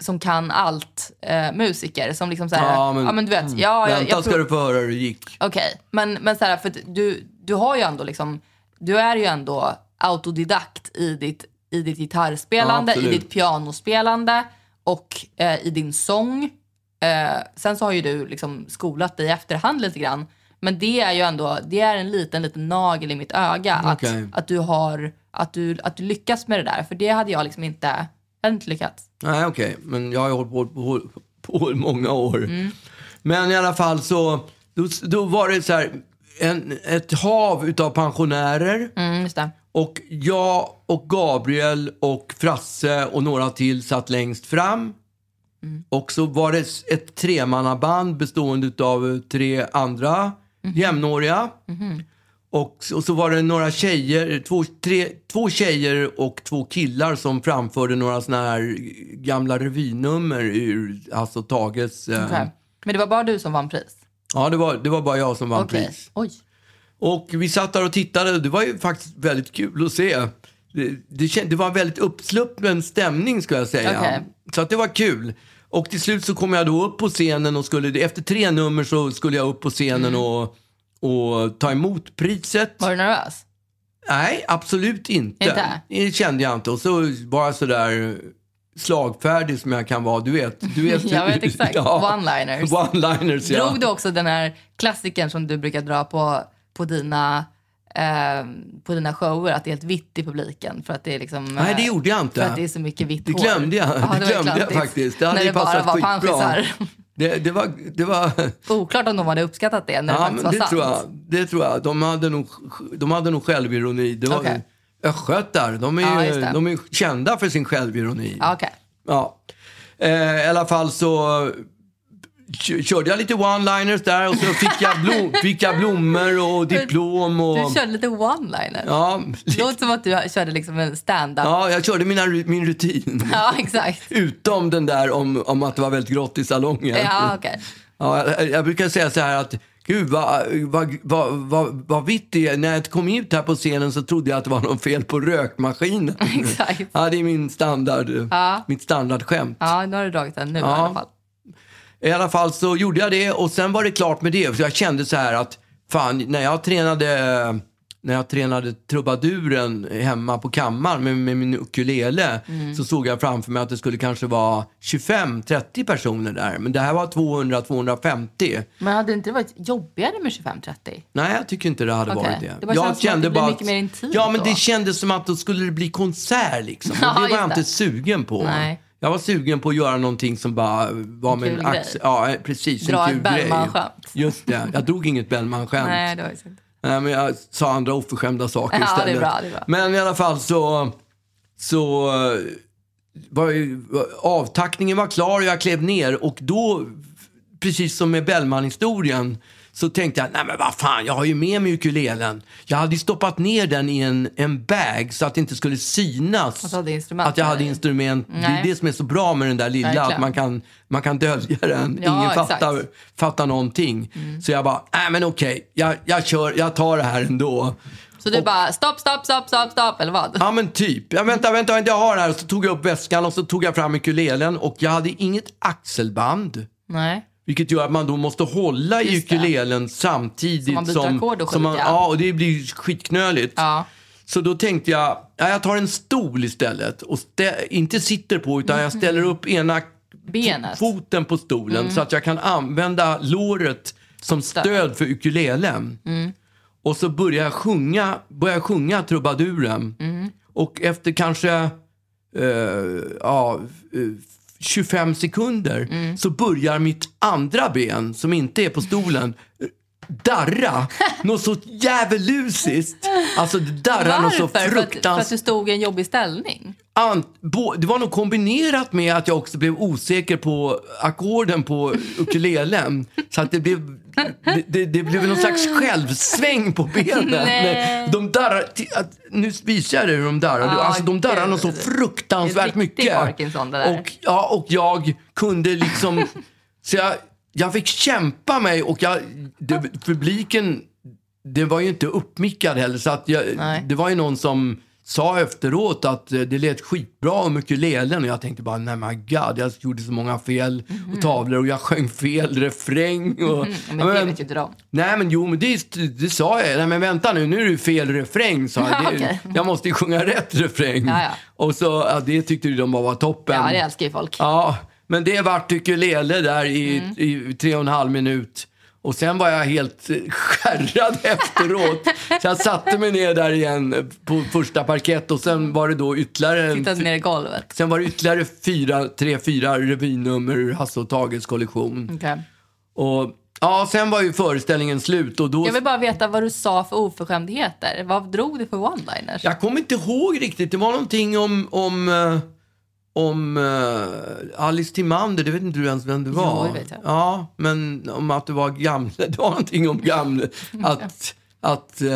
Speaker 2: som kan allt eh, musiker som liksom såhär, ja men, du vet. Ja, jag,
Speaker 1: mm. Vänta
Speaker 2: jag
Speaker 1: ska
Speaker 2: prov-
Speaker 1: du få höra hur det gick.
Speaker 2: Okej, men, men såhär för att du, du har ju ändå liksom, du är ju ändå autodidakt i ditt, i ditt gitarrspelande,
Speaker 1: Ja,
Speaker 2: i
Speaker 1: absolut.
Speaker 2: ditt pianospelande och eh, i din sång. Eh, sen så har ju du liksom skolat dig i efterhand lite grann. Men det är ju ändå, det är en liten, liten nagel i mitt öga att,
Speaker 1: Okej.
Speaker 2: att du har, att du, att du lyckas med det där. För det hade jag liksom inte, jag hade inte lyckats.
Speaker 1: Nej, okej. Men jag har ju hållit på, på, på i många år. Men i alla fall så, då, då var det så här, en, ett hav utav pensionärer.
Speaker 2: Mm, just det.
Speaker 1: Och jag och Gabriel och Frasse och några till satt längst fram.
Speaker 2: Mm.
Speaker 1: Och så var det s- ett tremannaband bestående av tre andra
Speaker 2: Mhm.
Speaker 1: jämnåriga. Och, s- och så var det några tjejer, två, tre, två tjejer och två killar som framförde några såna här eh, gamla revynummer ur alltså Tages... eh,
Speaker 2: Okej. Men det var bara du som vann pris?
Speaker 1: Ja, det var, det var bara jag som vann
Speaker 2: Okej.
Speaker 1: pris.
Speaker 2: Oj.
Speaker 1: Och vi satt där och tittade och det var ju faktiskt väldigt kul att se. Det, det, kän- det var en väldigt uppsluppen stämning skulle jag säga.
Speaker 2: Okej.
Speaker 1: Så att det var kul. Och till slut så kom jag då upp på scenen och skulle, efter tre nummer så skulle jag upp på scenen och, och ta emot priset.
Speaker 2: Mm. Var du nervös?
Speaker 1: Nej, absolut inte.
Speaker 2: Inte?
Speaker 1: Det kände jag inte. Och så var jag sådär slagfärdig som jag kan vara. Du vet. Du vet
Speaker 2: Jag vet exakt. One-liners.
Speaker 1: One-liners, ja.
Speaker 2: Drog du också den här klassikern som du brukar dra på, på, dina, eh, på dina shower, att det är helt vitt i publiken? För att det är liksom, eh,
Speaker 1: Nej, det gjorde jag inte.
Speaker 2: För att det är så mycket vitt
Speaker 1: Det glömde jag.
Speaker 2: hår. Ja,
Speaker 1: det
Speaker 2: var
Speaker 1: glömde jag
Speaker 2: klantigt.
Speaker 1: faktiskt. Det hade
Speaker 2: när
Speaker 1: ju
Speaker 2: det bara
Speaker 1: passat
Speaker 2: var
Speaker 1: skitbra.
Speaker 2: panschisar.
Speaker 1: Det, det var... Det, var,
Speaker 2: Oklart om de hade uppskattat det när det
Speaker 1: ja,
Speaker 2: faktiskt
Speaker 1: men
Speaker 2: var
Speaker 1: det,
Speaker 2: sant.
Speaker 1: tror jag, det tror jag. De hade nog, de hade nog självironi. Det var
Speaker 2: Okej.
Speaker 1: Östgötar, de är,
Speaker 2: Ja,
Speaker 1: ju-
Speaker 2: just det.
Speaker 1: de är ju kända för sin självironi.
Speaker 2: Ja, okej.
Speaker 1: Ja. Eh, I alla fall så k- körde jag lite one-liners där och så fick jag, blom, fick jag blommor och diplom. Och,
Speaker 2: Du körde lite one-liners.
Speaker 1: ja,
Speaker 2: Det låter som att du körde liksom en stand-up. Ja.
Speaker 1: ja, jag körde mina, ru- min rutin.
Speaker 2: exakt.
Speaker 1: Utom den där om, om att det var väldigt grått i salongen.
Speaker 2: Ja, okej.
Speaker 1: Ja, jag, jag brukar säga så här att Gud vad, vad, vad, vad, vad vitt det är. När jag kom ut här på scenen så trodde jag att det var något fel på rökmaskinen.
Speaker 2: Exakt.
Speaker 1: Ja, det är min standard, mitt standardskämt.
Speaker 2: Ja, nu har du dragit den nu i
Speaker 1: Ja.
Speaker 2: alla fall.
Speaker 1: I alla fall så gjorde jag det och sen var det klart med det. För jag kände så här att fan, när jag tränade, när jag tränade trubaduren hemma på kammaren med, med min ukulele så såg jag framför mig att det skulle kanske vara 25-30 personer där. Men det här var 200-250.
Speaker 2: Men hade det inte varit jobbigare med 25-30?
Speaker 1: Nej, jag tycker inte det hade
Speaker 2: Okej.
Speaker 1: varit det.
Speaker 2: Det bara
Speaker 1: jag
Speaker 2: känns som att det blir mycket mer intimt
Speaker 1: Ja, men
Speaker 2: då.
Speaker 1: det kändes som att då skulle det bli konsert liksom.
Speaker 2: Ja,
Speaker 1: Och det var
Speaker 2: just
Speaker 1: jag
Speaker 2: det.
Speaker 1: inte sugen på.
Speaker 2: Nej.
Speaker 1: Jag var sugen på att göra någonting som bara var med
Speaker 2: kul
Speaker 1: en
Speaker 2: grej.
Speaker 1: axel. Ja, eh, precis.
Speaker 2: Dra
Speaker 1: en
Speaker 2: ett
Speaker 1: kul grej.
Speaker 2: Bellman-skämt.
Speaker 1: Just det. Jag drog inget Bellman-skämt.
Speaker 2: Nej, det var ju synd.
Speaker 1: Nej, men jag sa andra oförskämda saker
Speaker 2: Ja, det är
Speaker 1: istället.
Speaker 2: bra, det är bra.
Speaker 1: Men i alla fall så, så eh, var ju, var- avtackningen var klar och jag klev ner och då, precis som med Bellman-historien, så tänkte jag, nej men vad fan, jag har ju med mig ukulelen. Jag hade ju stoppat ner den i en, en bag så att det inte skulle synas
Speaker 2: Att du hade instrument
Speaker 1: att jag hade
Speaker 2: där i.
Speaker 1: instrument. Det
Speaker 2: Nej.
Speaker 1: är det som är så bra med den där lilla,
Speaker 2: Verkligen.
Speaker 1: att man kan, man kan dölja den.
Speaker 2: Ja,
Speaker 1: Ingen
Speaker 2: exakt. Mm.
Speaker 1: fattar, fattar någonting. Så jag bara, nej men okej, jag, jag kör, jag tar det här ändå.
Speaker 2: Så du bara stopp, stopp, stopp, stopp, stopp eller vad?
Speaker 1: Ja men typ. Ja, vänta, vänta, vänta, jag har det här. Så tog jag upp väskan och så tog jag fram ukulelen och jag hade inget axelband.
Speaker 2: Nej.
Speaker 1: Vilket gör att man då måste hålla i
Speaker 2: Just det.
Speaker 1: ukulelen samtidigt
Speaker 2: man byter
Speaker 1: som...
Speaker 2: ackord och
Speaker 1: som man,
Speaker 2: skit, ja.
Speaker 1: ja, och det blir skitknöligt.
Speaker 2: Ja.
Speaker 1: Så då tänkte jag, ja, jag tar en stol istället. Och stä- inte sitter på, utan jag ställer upp ena k-
Speaker 2: Benet.
Speaker 1: foten på stolen så att jag kan använda låret som stöd för ukulelen. Och så börjar jag sjunga, börjar jag sjunga trubaduren. Och efter kanske eh, ja, eh, 25 sekunder
Speaker 2: Mm.
Speaker 1: så börjar mitt andra ben, som inte är på stolen, eh, darra. Något så djävulusiskt. Alltså det darrar något så
Speaker 2: För att, för att du
Speaker 1: fruktansvärt.
Speaker 2: stod i en jobbig ställning?
Speaker 1: An- bå- Det var nog kombinerat med att jag också blev osäker på ackorden på ukulelen. så att det blev, det, det, det blev någon slags självsväng på benen.
Speaker 2: Nej.
Speaker 1: De darrar, ti- att- nu visar jag dig hur de darrar.
Speaker 2: Ja,
Speaker 1: alltså de darrar något så
Speaker 2: gud.
Speaker 1: fruktansvärt
Speaker 2: Det är riktig
Speaker 1: mycket.
Speaker 2: Parkinson, det där.
Speaker 1: Och, ja, och jag kunde liksom... så jag, jag fick kämpa mig och jag, det, publiken det var ju inte uppmickad heller. Så att jag,
Speaker 2: Nej.
Speaker 1: det var ju någon som sa efteråt att eh, det lät skitbra om ukulelen och jag tänkte bara nej my god, jag gjorde så många fel och tavlor och jag sjöng fel refräng. Och,
Speaker 2: Mm-hmm. Men,
Speaker 1: Ja,
Speaker 2: det
Speaker 1: men-
Speaker 2: vet ju inte de.
Speaker 1: Nej men jo, men det, det sa jag. Nej men vänta nu, nu är det fel refräng sa jag. Det,
Speaker 2: Okej.
Speaker 1: Jag måste ju sjunga rätt refräng.
Speaker 2: Ja, ja.
Speaker 1: Och så, ja, det tyckte ju de bara var toppen.
Speaker 2: Ja, det älskar ju folk.
Speaker 1: Ja, men det vart ukulele där i,
Speaker 2: Mm.
Speaker 1: i tre och en halv minut. Och sen var jag helt eh, skärrad efteråt. Så jag satte mig ner där igen på första parkett och sen var det då ytterligare... en-
Speaker 2: Tittade ner i golvet.
Speaker 1: Sen var det ytterligare fyra, tre, fyra revynummer ur Hasse och Tages kollektion.
Speaker 2: Okej.
Speaker 1: Och ja, sen var ju föreställningen slut och då...
Speaker 2: Jag vill bara veta vad du sa för oförskämdheter. Vad drog du för one-liners?
Speaker 1: Jag kommer inte ihåg riktigt. Det var någonting om... om eh, om eh, Alice Timander, det vet inte du ens vem det var.
Speaker 2: det vet jag.
Speaker 1: Ja, men om att det var gamle. Det var någonting om gamle. Att... att eh,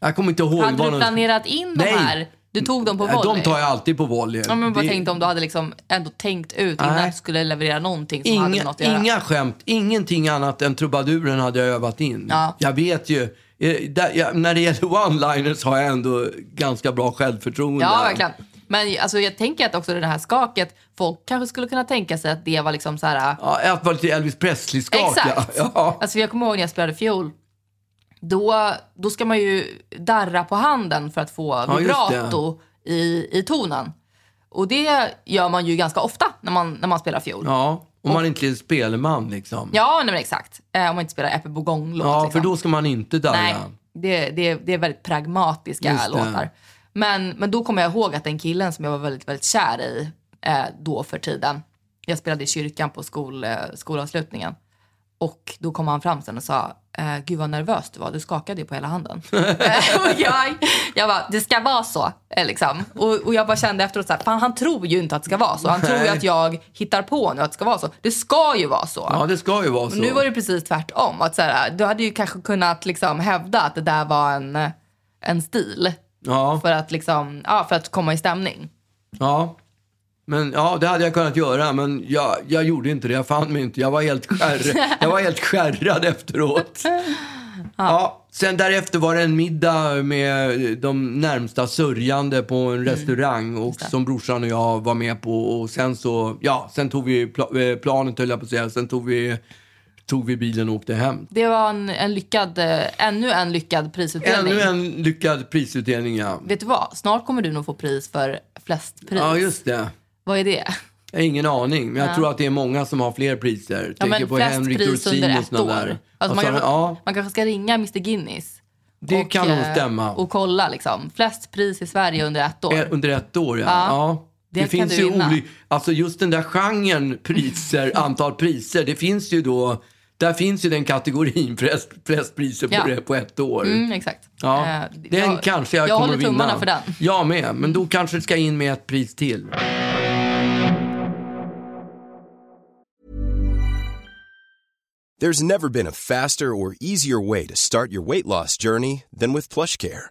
Speaker 1: jag kommer inte ihåg. det var
Speaker 2: Hade du
Speaker 1: någon-
Speaker 2: planerat in de
Speaker 1: Nej.
Speaker 2: här? Du tog dem på
Speaker 1: Nej,
Speaker 2: volley?
Speaker 1: De tar jag alltid på volley.
Speaker 2: Ja, men bara
Speaker 1: Det-
Speaker 2: tänkte om du hade liksom ändå tänkt ut innan
Speaker 1: Nej.
Speaker 2: du skulle leverera någonting som hade med
Speaker 1: Inga,
Speaker 2: något att göra.
Speaker 1: inga skämt, ingenting annat än trubaduren hade jag övat in.
Speaker 2: Ja.
Speaker 1: Jag vet ju, eh, där, jag, när det gäller one-liners har jag ändå ganska bra självförtroende.
Speaker 2: Ja, verkligen. Men alltså, jag tänker att också det här skaket, folk kanske skulle kunna tänka sig att det var liksom så här...
Speaker 1: Ja, att vara lite Elvis Presley-skak. ja.
Speaker 2: Exakt.
Speaker 1: Ja.
Speaker 2: Alltså, jag kommer ihåg när jag spelade fiol. Då, då ska man ju darra på handen för att få
Speaker 1: just
Speaker 2: vibrato i, i tonen. Och det gör man ju ganska ofta när man, när man spelar fiol. Ja,
Speaker 1: Ja, om man inte är spelman liksom.
Speaker 2: nej, men exakt. Eh, om man inte spelar Epi Bogong-låt.
Speaker 1: Ja,
Speaker 2: liksom.
Speaker 1: för då ska man inte darra.
Speaker 2: Nej, det, det, det är väldigt pragmatiska
Speaker 1: Just det.
Speaker 2: låtar. Men, men då kommer jag ihåg att den killen som jag var väldigt, väldigt kär i eh, då för tiden. Jag spelade i kyrkan på skol, eh, skolavslutningen. Och då kom han fram sen och sa, eh, gud vad nervös du var, du skakade ju på hela handen. och jag, jag bara, det ska vara så. eh, Liksom. Och, och jag bara kände efteråt så här, fan han tror ju inte att det ska vara så. Han tror ju
Speaker 1: Nej.
Speaker 2: att jag hittar på nu att det ska vara så. Det ska ju vara så.
Speaker 1: Ja, det ska ju vara så.
Speaker 2: Men nu var det precis tvärtom. Att så här, du hade ju kanske kunnat liksom hävda att det där var en, en stil
Speaker 1: ja,
Speaker 2: för att, liksom, ja, för att komma i stämning.
Speaker 1: ja. Men ja, det hade jag kunnat göra, men jag, jag gjorde inte det. Jag fann mig inte. Jag var helt, skär, jag var helt skärrad efteråt. Ja, sen därefter var det en middag med de närmsta sörjande på en restaurang och som brorsan och jag var med på. Och sen så, ja, sen tog vi pla- eh, planet höll jag på att säga. Sen tog vi, tog vi bilen och åkte hem.
Speaker 2: Det var en, en lyckad, eh, ännu en lyckad prisutdelning.
Speaker 1: Ännu en lyckad prisutdelning, ja.
Speaker 2: Vet du vad? Snart kommer du nog få pris för flest pris.
Speaker 1: Ja, just det.
Speaker 2: Vad är det?
Speaker 1: Jag har ingen aning, men jag tror att det är många som har fler priser.
Speaker 2: Ja,
Speaker 1: Tänker
Speaker 2: men
Speaker 1: på
Speaker 2: flest
Speaker 1: Henrik
Speaker 2: pris
Speaker 1: Dorsin
Speaker 2: under
Speaker 1: och
Speaker 2: ett
Speaker 1: såna
Speaker 2: år.
Speaker 1: Där.
Speaker 2: Alltså, man,
Speaker 1: Alltså,
Speaker 2: kanske,
Speaker 1: ja,
Speaker 2: man kanske ska ringa Mr Guinness.
Speaker 1: det kan nog
Speaker 2: eh,
Speaker 1: stämma.
Speaker 2: Och kolla liksom. Flest pris i Sverige under ett år.
Speaker 1: Eh, Under ett år, ja.
Speaker 2: Ja.
Speaker 1: ja.
Speaker 2: Det
Speaker 1: Det,
Speaker 2: kan
Speaker 1: finns
Speaker 2: du
Speaker 1: ju
Speaker 2: vinna.
Speaker 1: oli- Alltså just den där genren priser, antal priser, det finns ju då, där finns ju den kategorin flest, flest priser på,
Speaker 2: Ja.
Speaker 1: det, på ett år.
Speaker 2: Mm, exakt.
Speaker 1: Ja,
Speaker 2: Eh,
Speaker 1: den kanske jag,
Speaker 2: jag
Speaker 1: kommer
Speaker 2: håller
Speaker 1: vinna.
Speaker 2: tummarna för den. Mm.
Speaker 1: Jag med, men då kanske det ska in med ett pris till.
Speaker 4: There's never been a faster or easier way to start your weight loss journey than with PlushCare.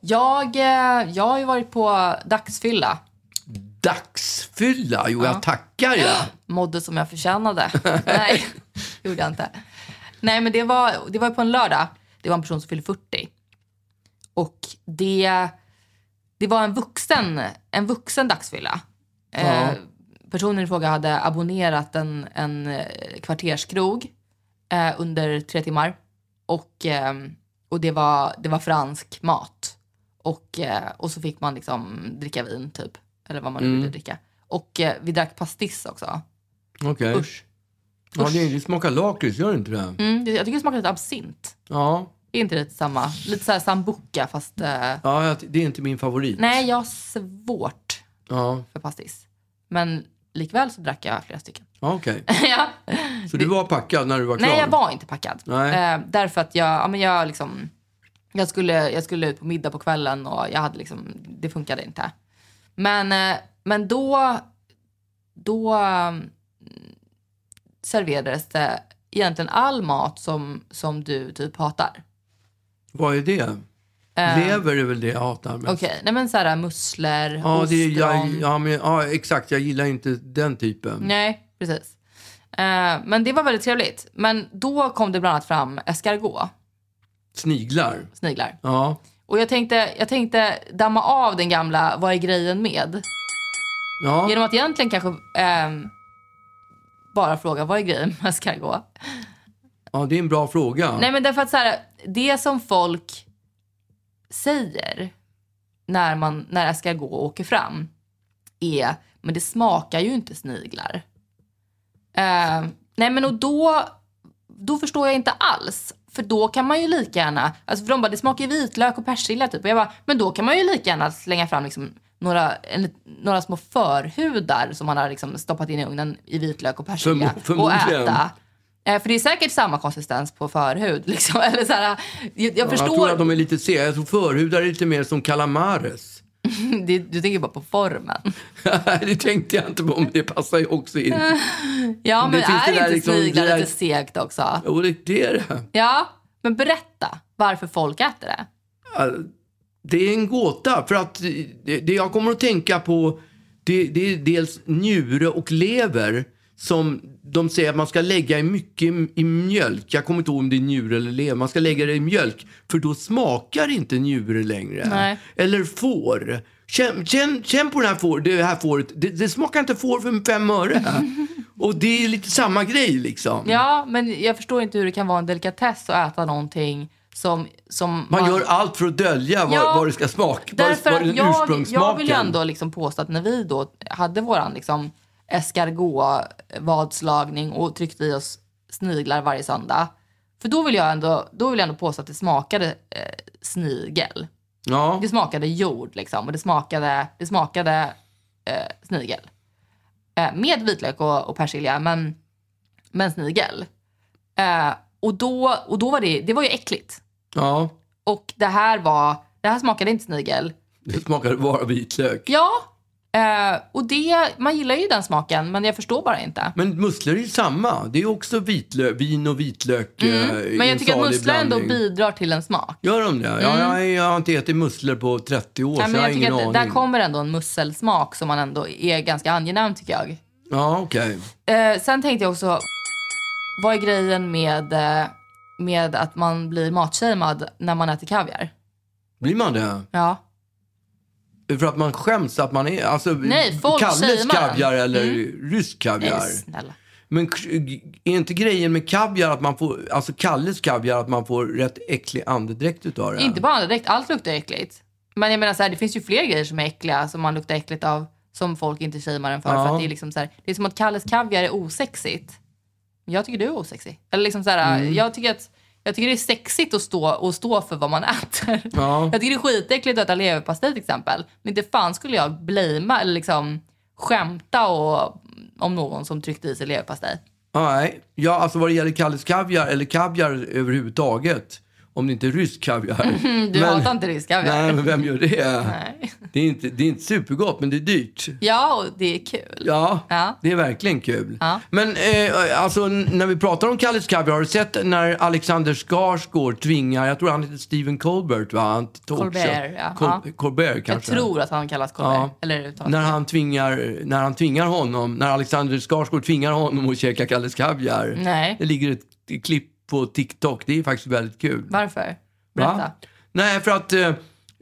Speaker 2: Jag, eh, jag har ju varit på dagsfylla.
Speaker 1: Dagsfylla? Jo, jag tackar jag.
Speaker 2: Mådde som jag förtjänade. Nej, gjorde jag inte. Nej, men det var, det var ju på en lördag. Det var en person som fyllde 40. Och det, det var en vuxen, en vuxen dagsfylla. Eh, personen i fråga hade abonnerat en, en eh, kvarterskrog eh, under tre timmar. Och, eh, och det, var, det var fransk mat. Och, eh, och så fick man liksom dricka vin typ. Eller vad man nu ville dricka. Och eh, vi drack pastiss också.
Speaker 1: Okej.
Speaker 2: Usch.
Speaker 1: Ja, det, det smakar lakrits, gör det inte det?
Speaker 2: Mm, det- jag tycker det smakar lite absint.
Speaker 1: Ja.
Speaker 2: Är inte det samma? Lite såhär sambuca fast... Eh,
Speaker 1: ja, jag- det är inte min favorit.
Speaker 2: nej, jag har svårt
Speaker 1: Ja,
Speaker 2: för pastis. Men likväl så drack jag flera stycken.
Speaker 1: ja okej.
Speaker 2: ja.
Speaker 1: Så du var packad när du var klar?
Speaker 2: Nej, jag var inte packad.
Speaker 1: Nej.
Speaker 2: Eh, därför att jag, ja, men jag liksom... Jag skulle, jag skulle ut på middag på kvällen och jag hade liksom, det funkade inte. Men, eh, men då, då eh, serverades det egentligen all mat som, som du typ hatar.
Speaker 1: Vad är det? Lever är väl det jag hatar mest.
Speaker 2: Eh. Okej, nej men såhär musslor,
Speaker 1: Ja, det, jag,
Speaker 2: ostron.
Speaker 1: ja, men, ja, exakt. Jag gillar inte den typen.
Speaker 2: Nej, precis. Eh, men det var väldigt trevligt. Men då kom det bland annat fram escargot,
Speaker 1: Sniglar.
Speaker 2: sniglar.
Speaker 1: Ja.
Speaker 2: Och jag tänkte, jag tänkte damma av den gamla Vad är grejen med?
Speaker 1: ja.
Speaker 2: Genom att egentligen kanske ehm, bara fråga Vad är grejen med escargot?
Speaker 1: Ja, det är en bra fråga.
Speaker 2: Nej men därför att så här, det som folk säger när, man, när escargot åker fram är, men det smakar ju inte sniglar. Eh, nej men och då, då förstår jag inte alls. För då kan man ju lika gärna, alltså för de bara det smakar ju vitlök och persilja typ. Och jag bara, men då kan man ju lika gärna slänga fram liksom några, en, lit- några små förhudar som man har liksom stoppat in i ugnen i vitlök och persilja
Speaker 1: Förmo- förmodligen.
Speaker 2: och äta. Eh, För det är säkert samma konsistens på förhud. Liksom. Eller så här, jag, jag
Speaker 1: Ja, Jag
Speaker 2: förstår.
Speaker 1: tror att de är lite sega. Jag tror förhudar är lite mer som calamares.
Speaker 2: Det- Du tänker bara på formen.
Speaker 1: det tänkte jag inte på, men det passar ju också in.
Speaker 2: Ja,
Speaker 1: Det
Speaker 2: men
Speaker 1: finns
Speaker 2: är
Speaker 1: det där
Speaker 2: inte
Speaker 1: liksom-
Speaker 2: sniglar
Speaker 1: det där-
Speaker 2: lite segt också?
Speaker 1: Jo, det, det är det.
Speaker 2: Ja, men berätta varför folk äter
Speaker 1: Mm.
Speaker 2: det.
Speaker 1: Det är en gåta. För att det, det jag kommer att tänka på det, det är dels njure och lever som de säger att man ska lägga i mycket i- i mjölk. Jag kommer inte ihåg om det är njure eller lever. Man ska lägga det i mjölk för då smakar inte njure längre.
Speaker 2: Nej.
Speaker 1: Eller får. Känn, känn, känn på den här får, det här fåret. Det, det smakar inte får för fem öre. och det är lite samma grej liksom.
Speaker 2: Ja, men jag förstår inte hur det kan vara en delikatess att äta någonting som... som
Speaker 1: Man gör allt för att dölja vad,
Speaker 2: Ja.
Speaker 1: vad det ska smaka. Vad,
Speaker 2: Därför
Speaker 1: vad är den
Speaker 2: att jag,
Speaker 1: ursprungssmaken?
Speaker 2: jag vill ju ändå liksom påstå att när vi då hade våran liksom escargot-vadslagning och tryckte i oss sniglar varje söndag. För då vill jag ändå, då vill jag ändå påstå att det smakade eh, snigel.
Speaker 1: Ja.
Speaker 2: Det smakade jord liksom och det smakade, det smakade eh, snigel. Eh, med vitlök och, och persilja men, men snigel. Eh, och då, och då var det, det var ju äckligt.
Speaker 1: ja.
Speaker 2: Och det här var, det här smakade inte snigel.
Speaker 1: Det smakar bara vitlök.
Speaker 2: Ja, eh, och det, man gillar ju den smaken men jag förstår bara inte.
Speaker 1: Men musslor är ju samma. Det är också vitlök, vin och vitlök eh, i
Speaker 2: Mm. Men
Speaker 1: en
Speaker 2: jag tycker att
Speaker 1: salig
Speaker 2: musslor ändå
Speaker 1: blandning.
Speaker 2: bidrar till en smak.
Speaker 1: Gör de det? Ja, jag, jag har inte ätit musslor på 30 år,
Speaker 2: Nej,
Speaker 1: så
Speaker 2: men
Speaker 1: jag har
Speaker 2: jag
Speaker 1: ingen
Speaker 2: tycker
Speaker 1: aning.
Speaker 2: att där kommer ändå en musselsmak som man ändå är ganska angenäm tycker jag.
Speaker 1: Ja, okej.
Speaker 2: Eh, sen tänkte jag också, vad är grejen med eh, med att man blir matshamead när man äter kaviar.
Speaker 1: Blir man det?
Speaker 2: Ja.
Speaker 1: För att man skäms att man är... Alltså,
Speaker 2: Nej, folk Mm.
Speaker 1: Kalles
Speaker 2: shamear.
Speaker 1: kaviar eller rysk
Speaker 2: Nej,
Speaker 1: kaviar.
Speaker 2: snälla.
Speaker 1: Men k- är inte grejen med kaviar att man får, alltså Kalles kaviar, att man får rätt äcklig andedräkt utav det?
Speaker 2: Inte bara andedräkt, allt luktar äckligt. Men jag menar så här, det finns ju fler grejer som är äckliga som man luktar äckligt av som folk inte shamear en för.
Speaker 1: Ja.
Speaker 2: för att det, är liksom så här, det är som att Kalles kaviar är osexigt. Men Jag tycker du är osexig. Eller liksom så här,
Speaker 1: Mm.
Speaker 2: jag, tycker att, jag tycker det är sexigt att stå, och stå för vad man äter.
Speaker 1: Ja.
Speaker 2: Jag tycker det är skitäckligt att äta leverpastej till exempel. Men inte fan skulle jag blamea eller liksom skämta och, om någon som tryckte i sig leverpastej.
Speaker 1: Nej, ja, alltså vad det gäller Kalles kaviar eller kaviar överhuvudtaget. Om det inte är rysk kaviar.
Speaker 2: Du hatar inte rysk kaviar.
Speaker 1: Nej, men vem gör det?
Speaker 2: Nej.
Speaker 1: Det är, inte, det är inte supergott, men det är dyrt.
Speaker 2: Ja, och det är kul.
Speaker 1: Ja,
Speaker 2: Ja.
Speaker 1: det är verkligen kul.
Speaker 2: Ja.
Speaker 1: Men eh, alltså, n- när vi pratar om Kalles Kaviar, har du sett när Alexander Skarsgård tvingar, jag tror han heter Stephen Colbert, va? Han talkshow-
Speaker 2: Colbert, ja.
Speaker 1: Col-
Speaker 2: Ja.
Speaker 1: Colbert
Speaker 2: Jag
Speaker 1: kanske.
Speaker 2: tror att han kallas Colbert.
Speaker 1: Ja.
Speaker 2: Eller uttalas.
Speaker 1: När han, tvingar, när han tvingar honom, när Alexander Skarsgård tvingar honom att käka Kalles Kaviar.
Speaker 2: Nej.
Speaker 1: Det ligger ett, ett klipp på TikTok, det är faktiskt väldigt kul.
Speaker 2: Varför?
Speaker 1: Va?
Speaker 2: Berätta.
Speaker 1: Nej, för att eh,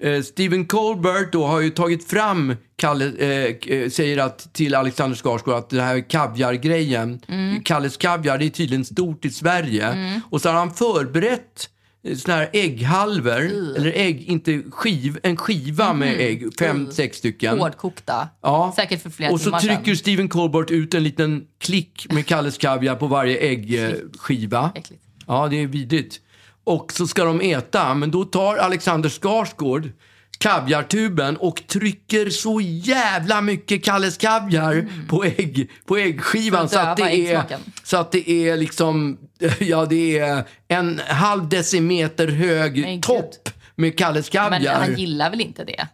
Speaker 1: eh, Stephen Colbert då har ju tagit fram, Kalle, eh, k- eh, säger att till Alexander Skarsgård att det här kaviargrejen,
Speaker 2: Mm.
Speaker 1: Kalles kaviar, det är tydligen stort i Sverige. Och så har han förberett eh, såna här ägghalvor, eller ägg, inte skiv, en skiva
Speaker 2: Mm.
Speaker 1: med ägg, fem, sex stycken.
Speaker 2: Hårdkokta.
Speaker 1: Mm. Ja.
Speaker 2: Säkert för flera
Speaker 1: Och så
Speaker 2: timmar sedan.
Speaker 1: trycker Stephen Colbert ut en liten klick med Kalles kaviar på varje äggskiva.
Speaker 2: Äckligt.
Speaker 1: Ja, det är vidrigt. Och så ska de äta, men då tar Alexander Skarsgård kaviartuben och trycker så jävla mycket Kalles kaviar på, ägg, på äggskivan så
Speaker 2: Mm. För att
Speaker 1: att, det
Speaker 2: döva
Speaker 1: är,
Speaker 2: äggsmaken.
Speaker 1: så att det är liksom, ja det är en halv decimeter hög
Speaker 2: gud.
Speaker 1: topp med Kalles
Speaker 2: Men
Speaker 1: kaviar.
Speaker 2: han gillar väl inte det?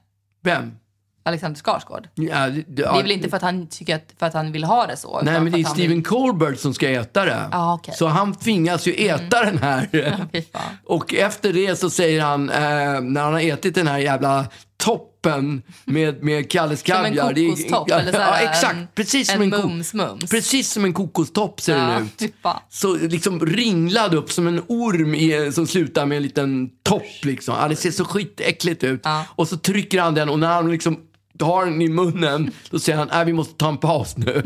Speaker 1: Vem?
Speaker 2: Alexander Skarsgård.
Speaker 1: Ja, det,
Speaker 2: Det är väl inte för att han tycker att, för att han vill ha det så?
Speaker 1: Nej,
Speaker 2: utan
Speaker 1: men
Speaker 2: för
Speaker 1: det är
Speaker 2: att han
Speaker 1: Stephen
Speaker 2: Vill...
Speaker 1: Colbert som ska äta det.
Speaker 2: Ja, okej. Mm.
Speaker 1: Så han tvingas ju äta den här.
Speaker 2: Fy fan.
Speaker 1: Och efter det så säger han, eh, när han har ätit den här jävla toppen med, med Kalles
Speaker 2: Som
Speaker 1: kaviar.
Speaker 2: en
Speaker 1: det är-
Speaker 2: kokostopp eller så
Speaker 1: ja,
Speaker 2: här, en-
Speaker 1: exakt. Precis som
Speaker 2: en
Speaker 1: en, ko-
Speaker 2: mums-mums.
Speaker 1: Precis som en kokostopp ser
Speaker 2: Ja,
Speaker 1: den
Speaker 2: fy
Speaker 1: ut.
Speaker 2: fan.
Speaker 1: Så liksom ringlad upp som en orm i, som slutar med en liten topp liksom. Ja, det ser så skitäckligt ut. Och så trycker han den och när han liksom har den i munnen, då säger han, nej vi måste ta en paus nu.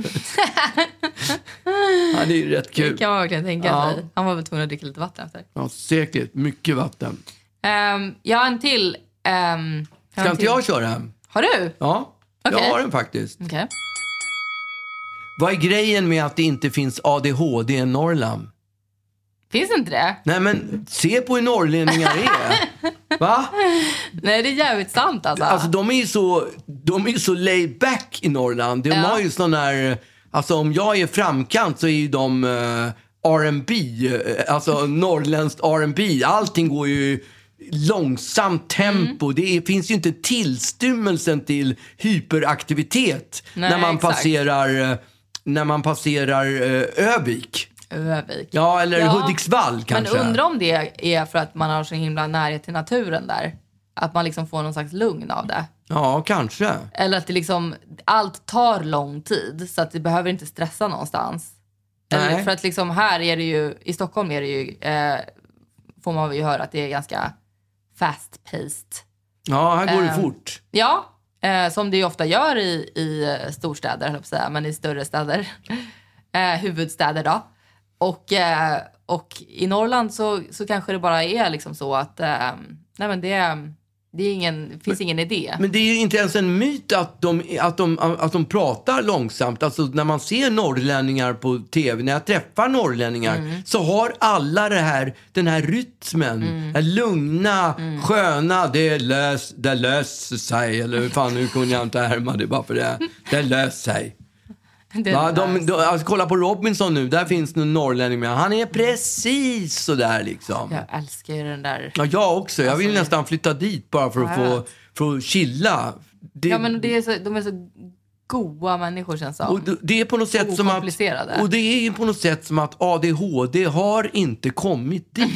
Speaker 1: ja, det är ju rätt
Speaker 2: Det
Speaker 1: kul.
Speaker 2: kan man verkligen tänka
Speaker 1: Ja.
Speaker 2: sig. Han var väl tvungen att dricka lite vatten efter.
Speaker 1: Ja, säkert. Mycket vatten.
Speaker 2: Ehm, jag har en till. ehm, jag har en
Speaker 1: Kan inte
Speaker 2: till.
Speaker 1: jag köra?
Speaker 2: Har du?
Speaker 1: Ja,
Speaker 2: Okej.
Speaker 1: jag har den faktiskt.
Speaker 2: Okej.
Speaker 1: Vad är grejen med att det inte finns ADHD i Norrland?
Speaker 2: Finns inte det?
Speaker 1: Nej men, se på hur norrlänningar är. Va?
Speaker 2: Nej, det är jävligt sant alltså.
Speaker 1: Alltså de är ju så, de är ju så laid back i Norrland. De har ju sån där, alltså om jag är framkant så är ju de uh, R&B, eh, alltså norrländskt R&B. Allting går ju i långsamt tempo.
Speaker 2: Mm.
Speaker 1: Det finns ju inte tillstymmelsen till hyperaktivitet
Speaker 2: Nej,
Speaker 1: när man
Speaker 2: exakt.
Speaker 1: passerar, eh, när man passerar eh, Övik.
Speaker 2: Övik.
Speaker 1: Ja, eller
Speaker 2: Ja,
Speaker 1: Hudiksvall kanske.
Speaker 2: Men undrar om det är för att man har så himla närhet till naturen där. Att man liksom får någon slags lugn av det.
Speaker 1: Ja, kanske.
Speaker 2: Eller att det liksom, allt tar lång tid så att det behöver inte stressa någonstans. Eller
Speaker 1: Nej.
Speaker 2: för att liksom här är det ju, i Stockholm är det ju, eh, får man ju höra att det är ganska fast paced.
Speaker 1: Ja, här går
Speaker 2: Ehm,
Speaker 1: det fort.
Speaker 2: Ja, eh, som det ju ofta gör i, i eh, storstäder, höll jag på att säga, men i större städer. eh, huvudstäder då. Och, eh, och i Norrland så, så kanske det bara är liksom så att eh, nej men det, det är ingen, det finns ingen idé.
Speaker 1: Men det är ju inte ens en myt att de, att de, att de pratar långsamt. Alltså när man ser norrlänningar på tv, när jag träffar norrlänningar,
Speaker 2: Mm.
Speaker 1: så har alla det här, den här rytmen. Den här lugna,
Speaker 2: Mm.
Speaker 1: sköna, det lös, det löser sig. Eller hur fan, nu kunde jag inte härma det bara för det. Det löser sig.
Speaker 2: Det är
Speaker 1: Va?
Speaker 2: den
Speaker 1: De,
Speaker 2: där-
Speaker 1: de, alltså, kolla på Robinson nu, där finns en norrlänning med. Han är precis sådär liksom.
Speaker 2: jag älskar ju den där.
Speaker 1: Ja, jag också. Jag vill nästan flytta dit bara för att,
Speaker 2: Alltså, Ja, jag
Speaker 1: få,
Speaker 2: vet.
Speaker 1: för att chilla. Det-
Speaker 2: Ja, men det är så, de är så goa människor känns det
Speaker 1: Och
Speaker 2: som.
Speaker 1: det- det är på något sätt som att,
Speaker 2: Okomplicerade.
Speaker 1: och det är ju på något sätt som att ADHD har inte kommit dit.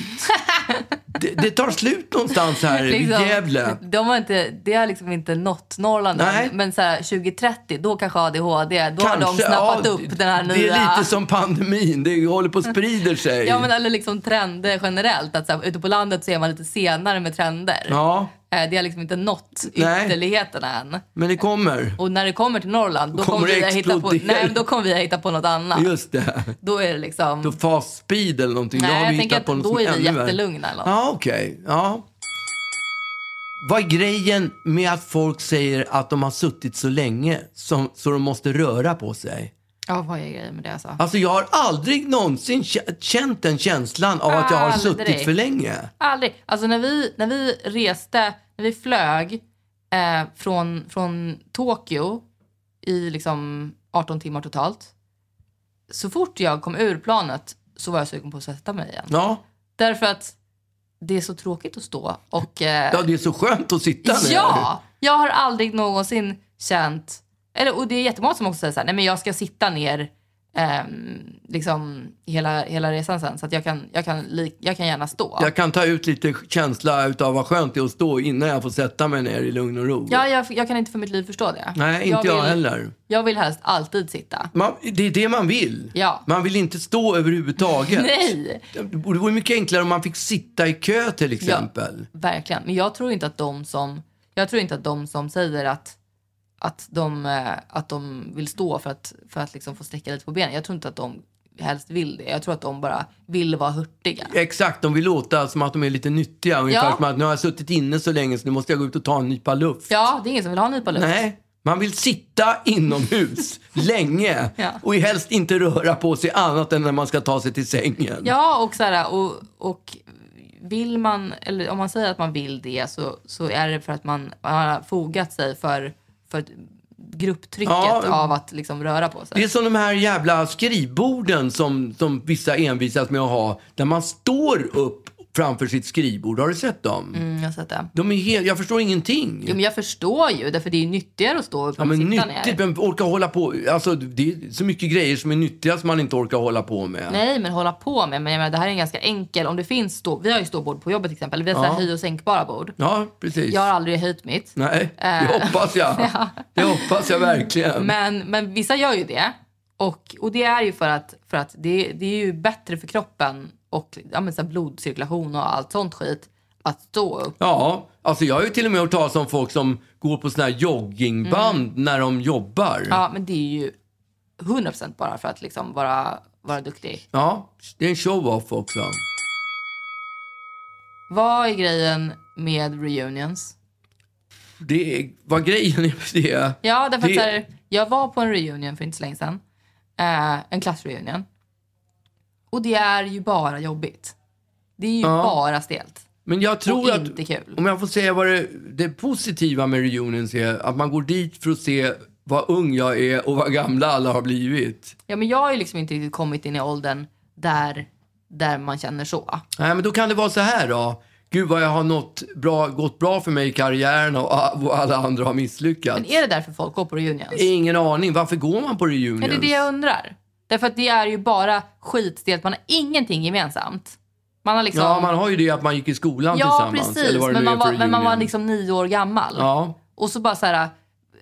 Speaker 1: det, det tar slut någonstans här vid
Speaker 2: Liksom,
Speaker 1: Gävle.
Speaker 2: De har inte, det har liksom inte nått Norrland än.
Speaker 1: Nej.
Speaker 2: Men så här, 2030, då kanske ADHD, då har de
Speaker 1: Kanske,
Speaker 2: snappat
Speaker 1: ja,
Speaker 2: upp den här nya...
Speaker 1: Det är lite som pandemin, det håller på att sprider sig.
Speaker 2: Ja, men eller liksom trender generellt. Att så här, ute på landet så är man lite senare med trender.
Speaker 1: Ja,
Speaker 2: Eh, Det har liksom inte nått
Speaker 1: Nej.
Speaker 2: ytterligheterna än.
Speaker 1: men det kommer.
Speaker 2: Och när det kommer till Norrland, då,
Speaker 1: kommer
Speaker 2: kommer vi
Speaker 1: det
Speaker 2: att hitta på, nej,
Speaker 1: explodera.
Speaker 2: men då kommer vi att hitta på något annat.
Speaker 1: Just det.
Speaker 2: Då är det liksom...
Speaker 1: Då fast speed eller någonting. då
Speaker 2: nej,
Speaker 1: har vi
Speaker 2: jag tänker
Speaker 1: hittat
Speaker 2: att
Speaker 1: på något
Speaker 2: då
Speaker 1: som
Speaker 2: är vi
Speaker 1: ännu värre.
Speaker 2: jättelugna eller något.
Speaker 1: Ja, okej. Ja. Vad är grejen med att folk säger att de har suttit så länge som, så de måste röra på sig?
Speaker 2: Ja, vad är grejen med det alltså?
Speaker 1: Alltså jag har aldrig någonsin kä- känt den känslan av att jag har
Speaker 2: Aldrig.
Speaker 1: suttit för länge.
Speaker 2: Aldrig. Alltså när vi, när vi reste, när vi flög eh, från, från Tokyo i liksom 18 timmar totalt. Så fort jag kom ur planet så var jag sugen på att sätta mig igen.
Speaker 1: Ja,
Speaker 2: Därför att det är så tråkigt att stå och... Eh,
Speaker 1: ja det är så skönt att sitta ner.
Speaker 2: Ja! Jag har aldrig någonsin känt... Eller, och det är jättemånga som också säger så här, nej men jag ska sitta ner ehm, liksom hela, hela resan sen så att jag kan, jag kan, li- jag kan gärna stå.
Speaker 1: Jag kan ta ut lite känsla utav vad skönt det är att stå innan jag får sätta mig ner i lugn och ro.
Speaker 2: Ja, jag, jag kan inte för mitt liv förstå det.
Speaker 1: Nej, inte jag,
Speaker 2: vill,
Speaker 1: heller.
Speaker 2: Jag vill helst alltid sitta.
Speaker 1: Man, det är det man vill.
Speaker 2: Ja.
Speaker 1: Man vill inte stå överhuvudtaget.
Speaker 2: Nej,
Speaker 1: Det vore mycket enklare om man fick sitta i kö till exempel.
Speaker 2: verkligen. Men jag tror inte att de som, jag tror inte att de som säger att, att, de, eh, att de vill stå för att, för att liksom få sträcka lite på benen. Jag tror inte att de helst vill det. Jag tror att de bara vill vara hurtiga.
Speaker 1: Exakt, de vill låta som att de är lite nyttiga. Ungefär
Speaker 2: Ja.
Speaker 1: som att nu har jag suttit inne så länge så nu måste jag gå ut och ta en nypa luft.
Speaker 2: Ja, det är ingen som vill ha en nypa luft.
Speaker 1: Nej, man vill sitta inomhus länge
Speaker 2: Ja.
Speaker 1: och helst inte röra på sig annat än när man ska ta sig till sängen.
Speaker 2: Ja, och så här, och, och vill man, eller om man säger att man vill det så, så är det för att man, man har fogat sig för, för grupptrycket
Speaker 1: Ja.
Speaker 2: av att liksom röra på sig.
Speaker 1: Det är som de här jävla skrivborden som, som vissa envisas med att ha. Där man står upp framför sitt skrivbord. Har du sett dem?
Speaker 2: Mm, jag har sett det.
Speaker 1: De är helt, jag förstår ingenting.
Speaker 2: Jo, men jag förstår ju, därför det är ju nyttigare att stå upp
Speaker 1: Ja,
Speaker 2: än att
Speaker 1: men
Speaker 2: sitta
Speaker 1: nyttigt.
Speaker 2: ner.
Speaker 1: Vem orkar hålla på? Alltså, det är så mycket grejer som är nyttiga som man inte orkar hålla på med.
Speaker 2: Nej, men hålla på med. Men jag menar, det här är en ganska enkel. Om det finns stå, vi har ju ståbord på jobbet till exempel. Vi har så här
Speaker 1: Ja.
Speaker 2: höj och sänkbara bord.
Speaker 1: Ja, precis.
Speaker 2: Jag har aldrig höjt mitt.
Speaker 1: Nej, det
Speaker 2: Eh.
Speaker 1: hoppas jag. Det hoppas jag verkligen.
Speaker 2: Men, men vissa gör ju det. Och, och det är ju för att, för att det, det är ju bättre för kroppen och ja, men så här blodcirkulation och allt sånt skit att stå upp.
Speaker 1: Ja, alltså jag har ju till och med hört talas om folk som går på såna här joggingband när de jobbar.
Speaker 2: Mm. Ja, men det är ju 100% bara för att liksom vara, vara duktig.
Speaker 1: Ja, det är en show-off också.
Speaker 2: Vad är grejen med reunions?
Speaker 1: Det är, vad grejen är med det.
Speaker 2: Ja, därför att
Speaker 1: Det-
Speaker 2: så här, jag var på en reunion för inte så länge sedan. Eh, en klassreunion. Och det är ju bara jobbigt. Det är ju bara stelt.
Speaker 1: Men jag tror
Speaker 2: Och
Speaker 1: att,
Speaker 2: inte kul.
Speaker 1: om jag får säga vad det, det positiva med reunions är, att man går dit för att se vad ung jag är och vad gamla alla har blivit.
Speaker 2: Ja, men jag har ju liksom inte riktigt kommit in i åldern där, där man känner så.
Speaker 1: Nej, men då kan det vara så här då. Gud vad jag har nått bra, gått bra för mig i karriären och, och alla andra har misslyckats.
Speaker 2: Men är det därför folk går på reunions?
Speaker 1: Ingen aning. Varför går man på
Speaker 2: Är
Speaker 1: reunions?
Speaker 2: det det jag undrar? Därför att det är ju bara skitstelt. Man har ingenting gemensamt. Man har liksom...
Speaker 1: Ja, man har ju det att man gick i skolan
Speaker 2: ja
Speaker 1: tillsammans.
Speaker 2: precis.
Speaker 1: eller vad det
Speaker 2: Men
Speaker 1: nu är
Speaker 2: man,
Speaker 1: för
Speaker 2: var, men man var
Speaker 1: reunion.
Speaker 2: liksom nio år gammal.
Speaker 1: Ja.
Speaker 2: Och så bara så här...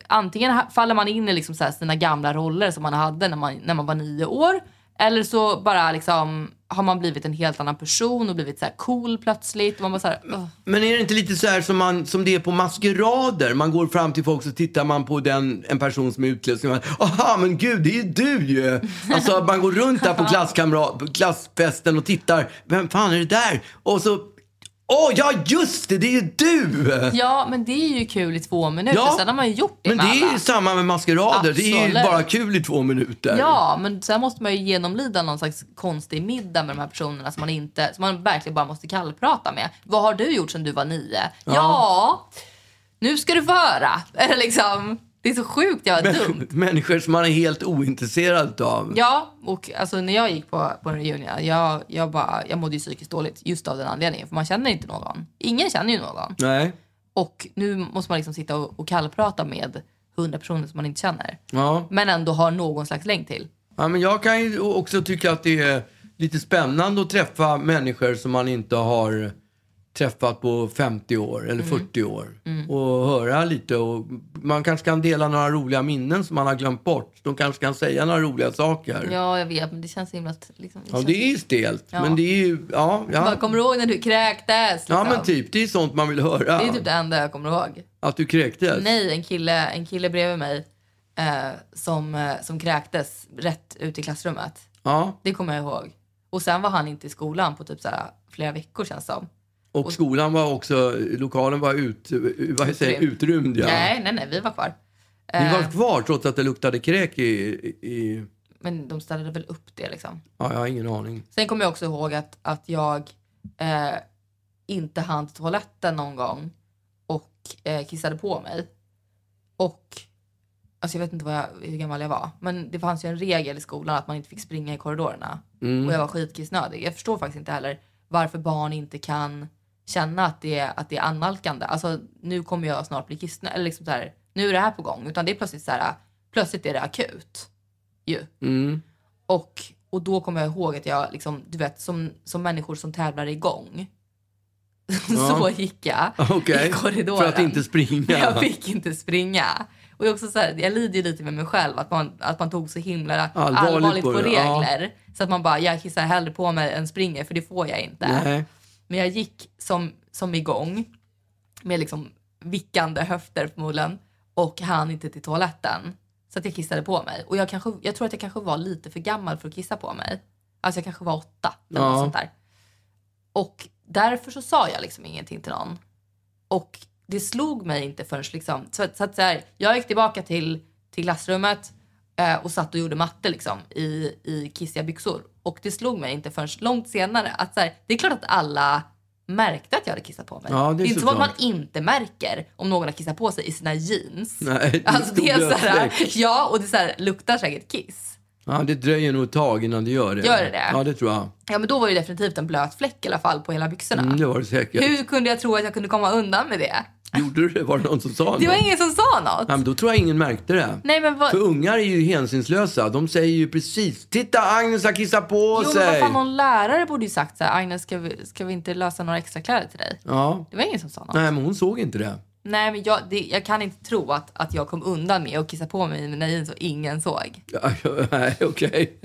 Speaker 2: Antingen ha- faller man in i liksom så här sina gamla roller som man hade när man, när man var nio år. Eller så bara liksom har man blivit en helt annan person och blivit så här cool plötsligt. Och man bara så här, "Ugh."
Speaker 1: Men är det inte lite så här som, man, som det är på maskerader? Man går fram till folk så tittar man på den, en person som är utklädd och man aha men gud det är ju du ju! Alltså man går runt där på, klasskamra- på klassfesten och tittar, vem fan är det där? Och så, åh ja just det, det är ju du!
Speaker 2: Ja, men det är ju kul i två minuter.
Speaker 1: Ja.
Speaker 2: Sen har man ju gjort det
Speaker 1: Men det
Speaker 2: med
Speaker 1: är
Speaker 2: alla.
Speaker 1: ju samma med maskerader, det är ju
Speaker 2: Absolut.
Speaker 1: bara kul i två minuter.
Speaker 2: Ja, men sen måste man ju genomlida någon slags konstig middag med de här personerna som man, inte, som man verkligen bara måste kallprata med. Vad har du gjort sedan du var nio? Ja, nu ska du få höra. Eller liksom, det är så sjukt jag är dum.
Speaker 1: Människor som man är helt ointresserad av.
Speaker 2: Ja, och alltså, när jag gick på, på en reunion, jag, jag, bara, jag mådde ju psykiskt dåligt just av den anledningen. För man känner inte någon. Ingen känner ju någon.
Speaker 1: Nej.
Speaker 2: Och nu måste man liksom sitta och, och kallprata med hundra personer som man inte känner.
Speaker 1: Ja.
Speaker 2: Men ändå har någon slags länk till.
Speaker 1: Ja, men jag kan ju också tycka att det är lite spännande att träffa människor som man inte har träffat på 50 år
Speaker 2: Mm.
Speaker 1: eller 40 år och höra lite. Och man kanske kan dela några roliga minnen som man har glömt bort. De kanske kan säga några roliga saker. Ja,
Speaker 2: Ja, jag vet, men det känns så himla... att, Liksom, känns-
Speaker 1: det är stelt,
Speaker 2: Ja.
Speaker 1: men det är ju... Ja, ja.
Speaker 2: Bara, kommer du ihåg när du kräktes? Liksom.
Speaker 1: ja men typ. Det är sånt man vill höra.
Speaker 2: Det är typ det enda jag kommer ihåg.
Speaker 1: Att du kräktes.
Speaker 2: Nej, en kille, en kille bredvid mig eh, som, eh, som kräktes rätt ut i klassrummet.
Speaker 1: Ja,
Speaker 2: Det kommer jag ihåg. Och sen var han inte i skolan på typ så här, flera veckor känns som.
Speaker 1: och skolan var också... Lokalen var ut, vad säger, jag, utrymd. Ja.
Speaker 2: Nej, eh. nej, nej, vi var kvar.
Speaker 1: Ni var kvar trots att det luktade kräk i... i
Speaker 2: Men de ställde väl upp det liksom.
Speaker 1: ja, jag har ingen aning.
Speaker 2: Sen kommer jag också ihåg att, att jag eh, inte hann till toaletten någon gång och eh, kissade på mig. Och, alltså jag vet inte vad jag, hur gammal jag var, men det fanns ju en regel i skolan att man inte fick springa i korridorerna. Och jag var skitkissnödig. Jag förstår faktiskt inte heller varför barn inte kan känna att det är, att det är annalkande. Alltså nu kommer jag snart bli kissnödig, eller liksom så här, nu är det här på gång. Utan det är plötsligt så här, plötsligt är det akut ju. Mm. Och, och då kommer jag ihåg att jag, liksom, du vet, som, som människor som tävlar igång. så gick jag
Speaker 1: Okej,
Speaker 2: i korridoren.
Speaker 1: för att inte springa.
Speaker 2: Jag fick inte springa. Och jag, är också så här, jag lider ju lite med mig själv att man, att man tog så himla
Speaker 1: Allvarligt
Speaker 2: allvarligt,
Speaker 1: på
Speaker 2: på,
Speaker 1: det, ja.
Speaker 2: regler. Så att man bara, jag kissar hellre på mig än springer för det får jag inte.
Speaker 1: Nej.
Speaker 2: Men jag gick som, som igång med liksom vickande höfter förmodligen och hann inte till toaletten. Så att jag kissade på mig. Och jag, kanske, jag tror att jag kanske var lite för gammal för att kissa på mig. Alltså jag kanske var åtta eller
Speaker 1: Ja.
Speaker 2: något sånt där. Och därför så sa jag liksom ingenting till någon. Och det slog mig inte förrän liksom. Så, att- så att så här, jag gick tillbaka till, till klassrummet eh, och satt och gjorde matte liksom i, i kissiga byxor. Och det slog mig inte förrän långt senare att så här, det är klart att alla märkte att jag hade kissat på mig.
Speaker 1: Ja, det är
Speaker 2: inte som att man
Speaker 1: såklart.
Speaker 2: inte märker om någon har kissat på sig i sina jeans.
Speaker 1: Nej, det är
Speaker 2: alltså, det är
Speaker 1: stor
Speaker 2: så här,
Speaker 1: blötfläck.
Speaker 2: ja, och det är så här, luktar säkert kiss.
Speaker 1: Ja, det dröjer nog ett tag innan det gör det.
Speaker 2: Gör det det?
Speaker 1: Ja, det tror jag.
Speaker 2: Ja, men då var det definitivt en blöt fläck i alla fall på hela byxorna.
Speaker 1: Mm, det var det säkert.
Speaker 2: Hur kunde jag tro att jag kunde komma undan med det?
Speaker 1: Gjorde du det? Var det någon som sa
Speaker 2: Det var
Speaker 1: något?
Speaker 2: ingen som sa något.
Speaker 1: Ja, men då tror jag ingen märkte det.
Speaker 2: Nej, men vad...
Speaker 1: För ungar är ju hänsynslösa. De säger ju precis “Titta, Agnes har kissat på
Speaker 2: Jo, men vad
Speaker 1: sig!”
Speaker 2: fan, någon lärare borde ju sagt så här, Agnes, ska vi, ska vi inte lösa några extra kläder till dig?
Speaker 1: Ja.
Speaker 2: Det var ingen som sa något. Nej,
Speaker 1: Nej, men hon såg inte det.
Speaker 2: men jag, det, jag kan inte tro att, att jag kom undan med att kissa på mig i mina jeans och ingen såg.
Speaker 1: Ja, Nej, okej.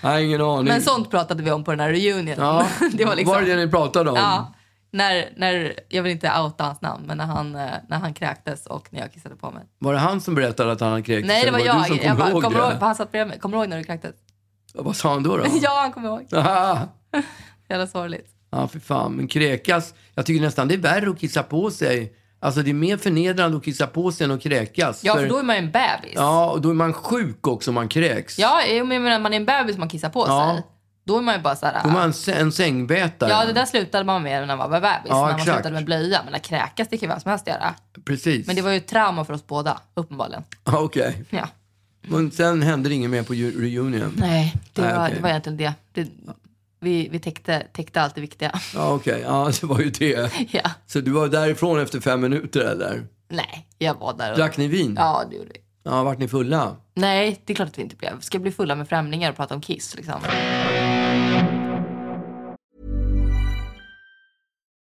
Speaker 1: Nej, ingen aning.
Speaker 2: Men sånt pratade vi om på den här reunionen.
Speaker 1: ja.
Speaker 2: det var liksom...
Speaker 1: var det det ni pratade om?
Speaker 2: Ja. När, när, jag vill inte outa hans namn, men när han, eh, när han kräktes och när jag kissade på mig.
Speaker 1: Var det han som berättade att han hade kräkts?
Speaker 2: Nej, det var,
Speaker 1: Eller
Speaker 2: jag.
Speaker 1: Du som kom
Speaker 2: jag bara,
Speaker 1: ihåg
Speaker 2: kommer
Speaker 1: det?
Speaker 2: du ihåg, han satt bredvid mig. Kommer du ihåg när du kräktes?
Speaker 1: Ja, Vad sa han då? då?
Speaker 2: Ja, han kommer ihåg.
Speaker 1: Aha.
Speaker 2: Jävla sorgligt.
Speaker 1: Ja, för fan. Men kräkas, jag tycker nästan det är värre att kissa på sig. Alltså det är mer förnedrande att kissa på sig än att kräkas.
Speaker 2: Ja, för då är man ju en bebis.
Speaker 1: Ja, och då är man sjuk också om man kräks.
Speaker 2: Ja, jag menar när man är en bebis man kissar på
Speaker 1: Ja.
Speaker 2: sig. Då är man ju bara så här.
Speaker 1: Då är man en sä- en sängbätare.
Speaker 2: Ja, det där slutade man med när man var bebis.
Speaker 1: Ja,
Speaker 2: när man
Speaker 1: exakt.
Speaker 2: slutade med blöja. Men när kräkas, det kan ju vem som helst göra.
Speaker 1: Precis.
Speaker 2: Men det var ju ett trauma för oss båda, uppenbarligen.
Speaker 1: Ja, Okej.
Speaker 2: Ja.
Speaker 1: Men sen hände det inget mer på ju- reunion?
Speaker 2: Nej, det,
Speaker 1: Nej,
Speaker 2: var,
Speaker 1: okej.
Speaker 2: det var egentligen det. det vi vi täckte, täckte allt det viktiga.
Speaker 1: Ja, okej. Ja, det var ju det.
Speaker 2: ja.
Speaker 1: Så du var därifrån efter fem minuter eller?
Speaker 2: Nej, jag var där. Och...
Speaker 1: Drack ni vin?
Speaker 2: Ja, det gjorde vi.
Speaker 1: Ja, vart ni fulla?
Speaker 2: Nej, det är klart att vi inte blev. Ska bli fulla med främlingar och prata om Kiss liksom.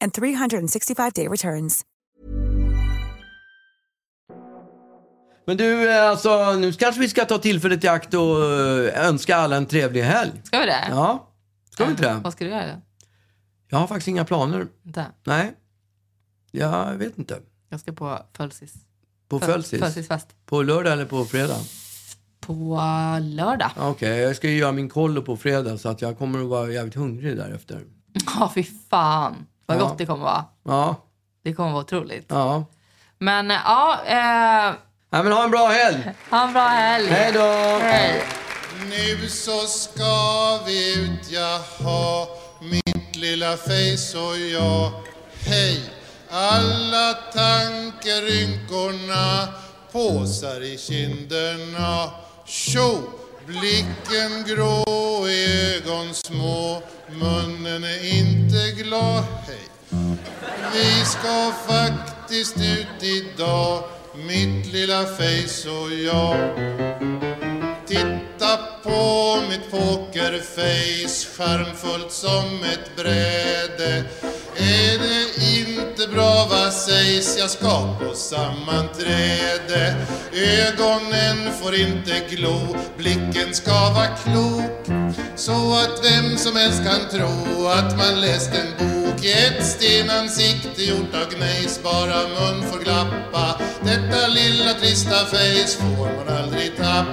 Speaker 5: and 365-day returns.
Speaker 1: Men du, eh, alltså nu kanske vi ska ta tillfället i akt och eh, önska alla en trevlig helg.
Speaker 2: Ska vi det?
Speaker 1: Ja, ska vi inte det?
Speaker 2: Vad ska du göra?
Speaker 1: Jag har faktiskt inga planer.
Speaker 2: Inte?
Speaker 1: Nej. Ja, jag vet inte.
Speaker 2: Jag ska på Fölsis.
Speaker 1: På
Speaker 2: Föl-
Speaker 1: Fölsis?
Speaker 2: Fölsisfest.
Speaker 1: På lördag eller på fredag?
Speaker 2: På eh, lördag.
Speaker 1: Okej, jag ska ju göra min kollo på fredag så att jag kommer att vara jävligt hungrig därefter.
Speaker 2: Ja, fy fan. Vad
Speaker 1: Ja.
Speaker 2: gott det kommer vara.
Speaker 1: Ja,
Speaker 2: Det kommer vara otroligt.
Speaker 1: ja.
Speaker 2: Men eh, ja, eh,
Speaker 1: Nej, men ha en bra helg!
Speaker 2: ha en bra helg.
Speaker 1: Hej då!
Speaker 2: Hej.
Speaker 6: Nu så ska vi ut, jaha Mitt lilla face och jag Hej! Alla tankar, rynkorna Påsar i kinderna Tjo! Blicken grå, ögon små Munnen är inte glad, hej vi ska faktiskt ut idag Mitt lilla face och jag Titta på mitt pokerface Skärmfullt som ett bräde Är det inte bra vad sägs Jag ska på sammanträde Ögonen får inte glo Blicken ska vara klok Så att vem som helst kan tro Att man läst en bok I ett stenansikte gjort av gnejs Bara mun får glappa Detta lilla trista face Får man aldrig tappa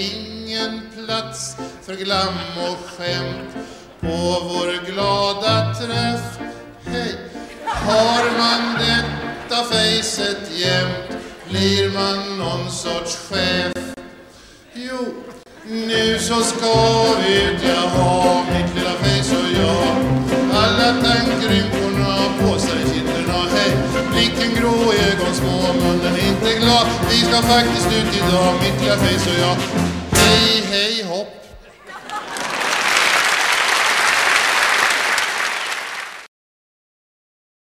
Speaker 6: Ingen plats för glam och skämt På vår glada träff Hej! Har man detta facet jämt Blir man någon sorts chef Jo, nu så ska vi ut, jag har mitt lilla face och jag Alla tankrynkorna, påsar i kinderna, hej Blicken grå, ögon små, munnen inte glad Vi ska faktiskt ut idag, mitt lilla face och jag Hej,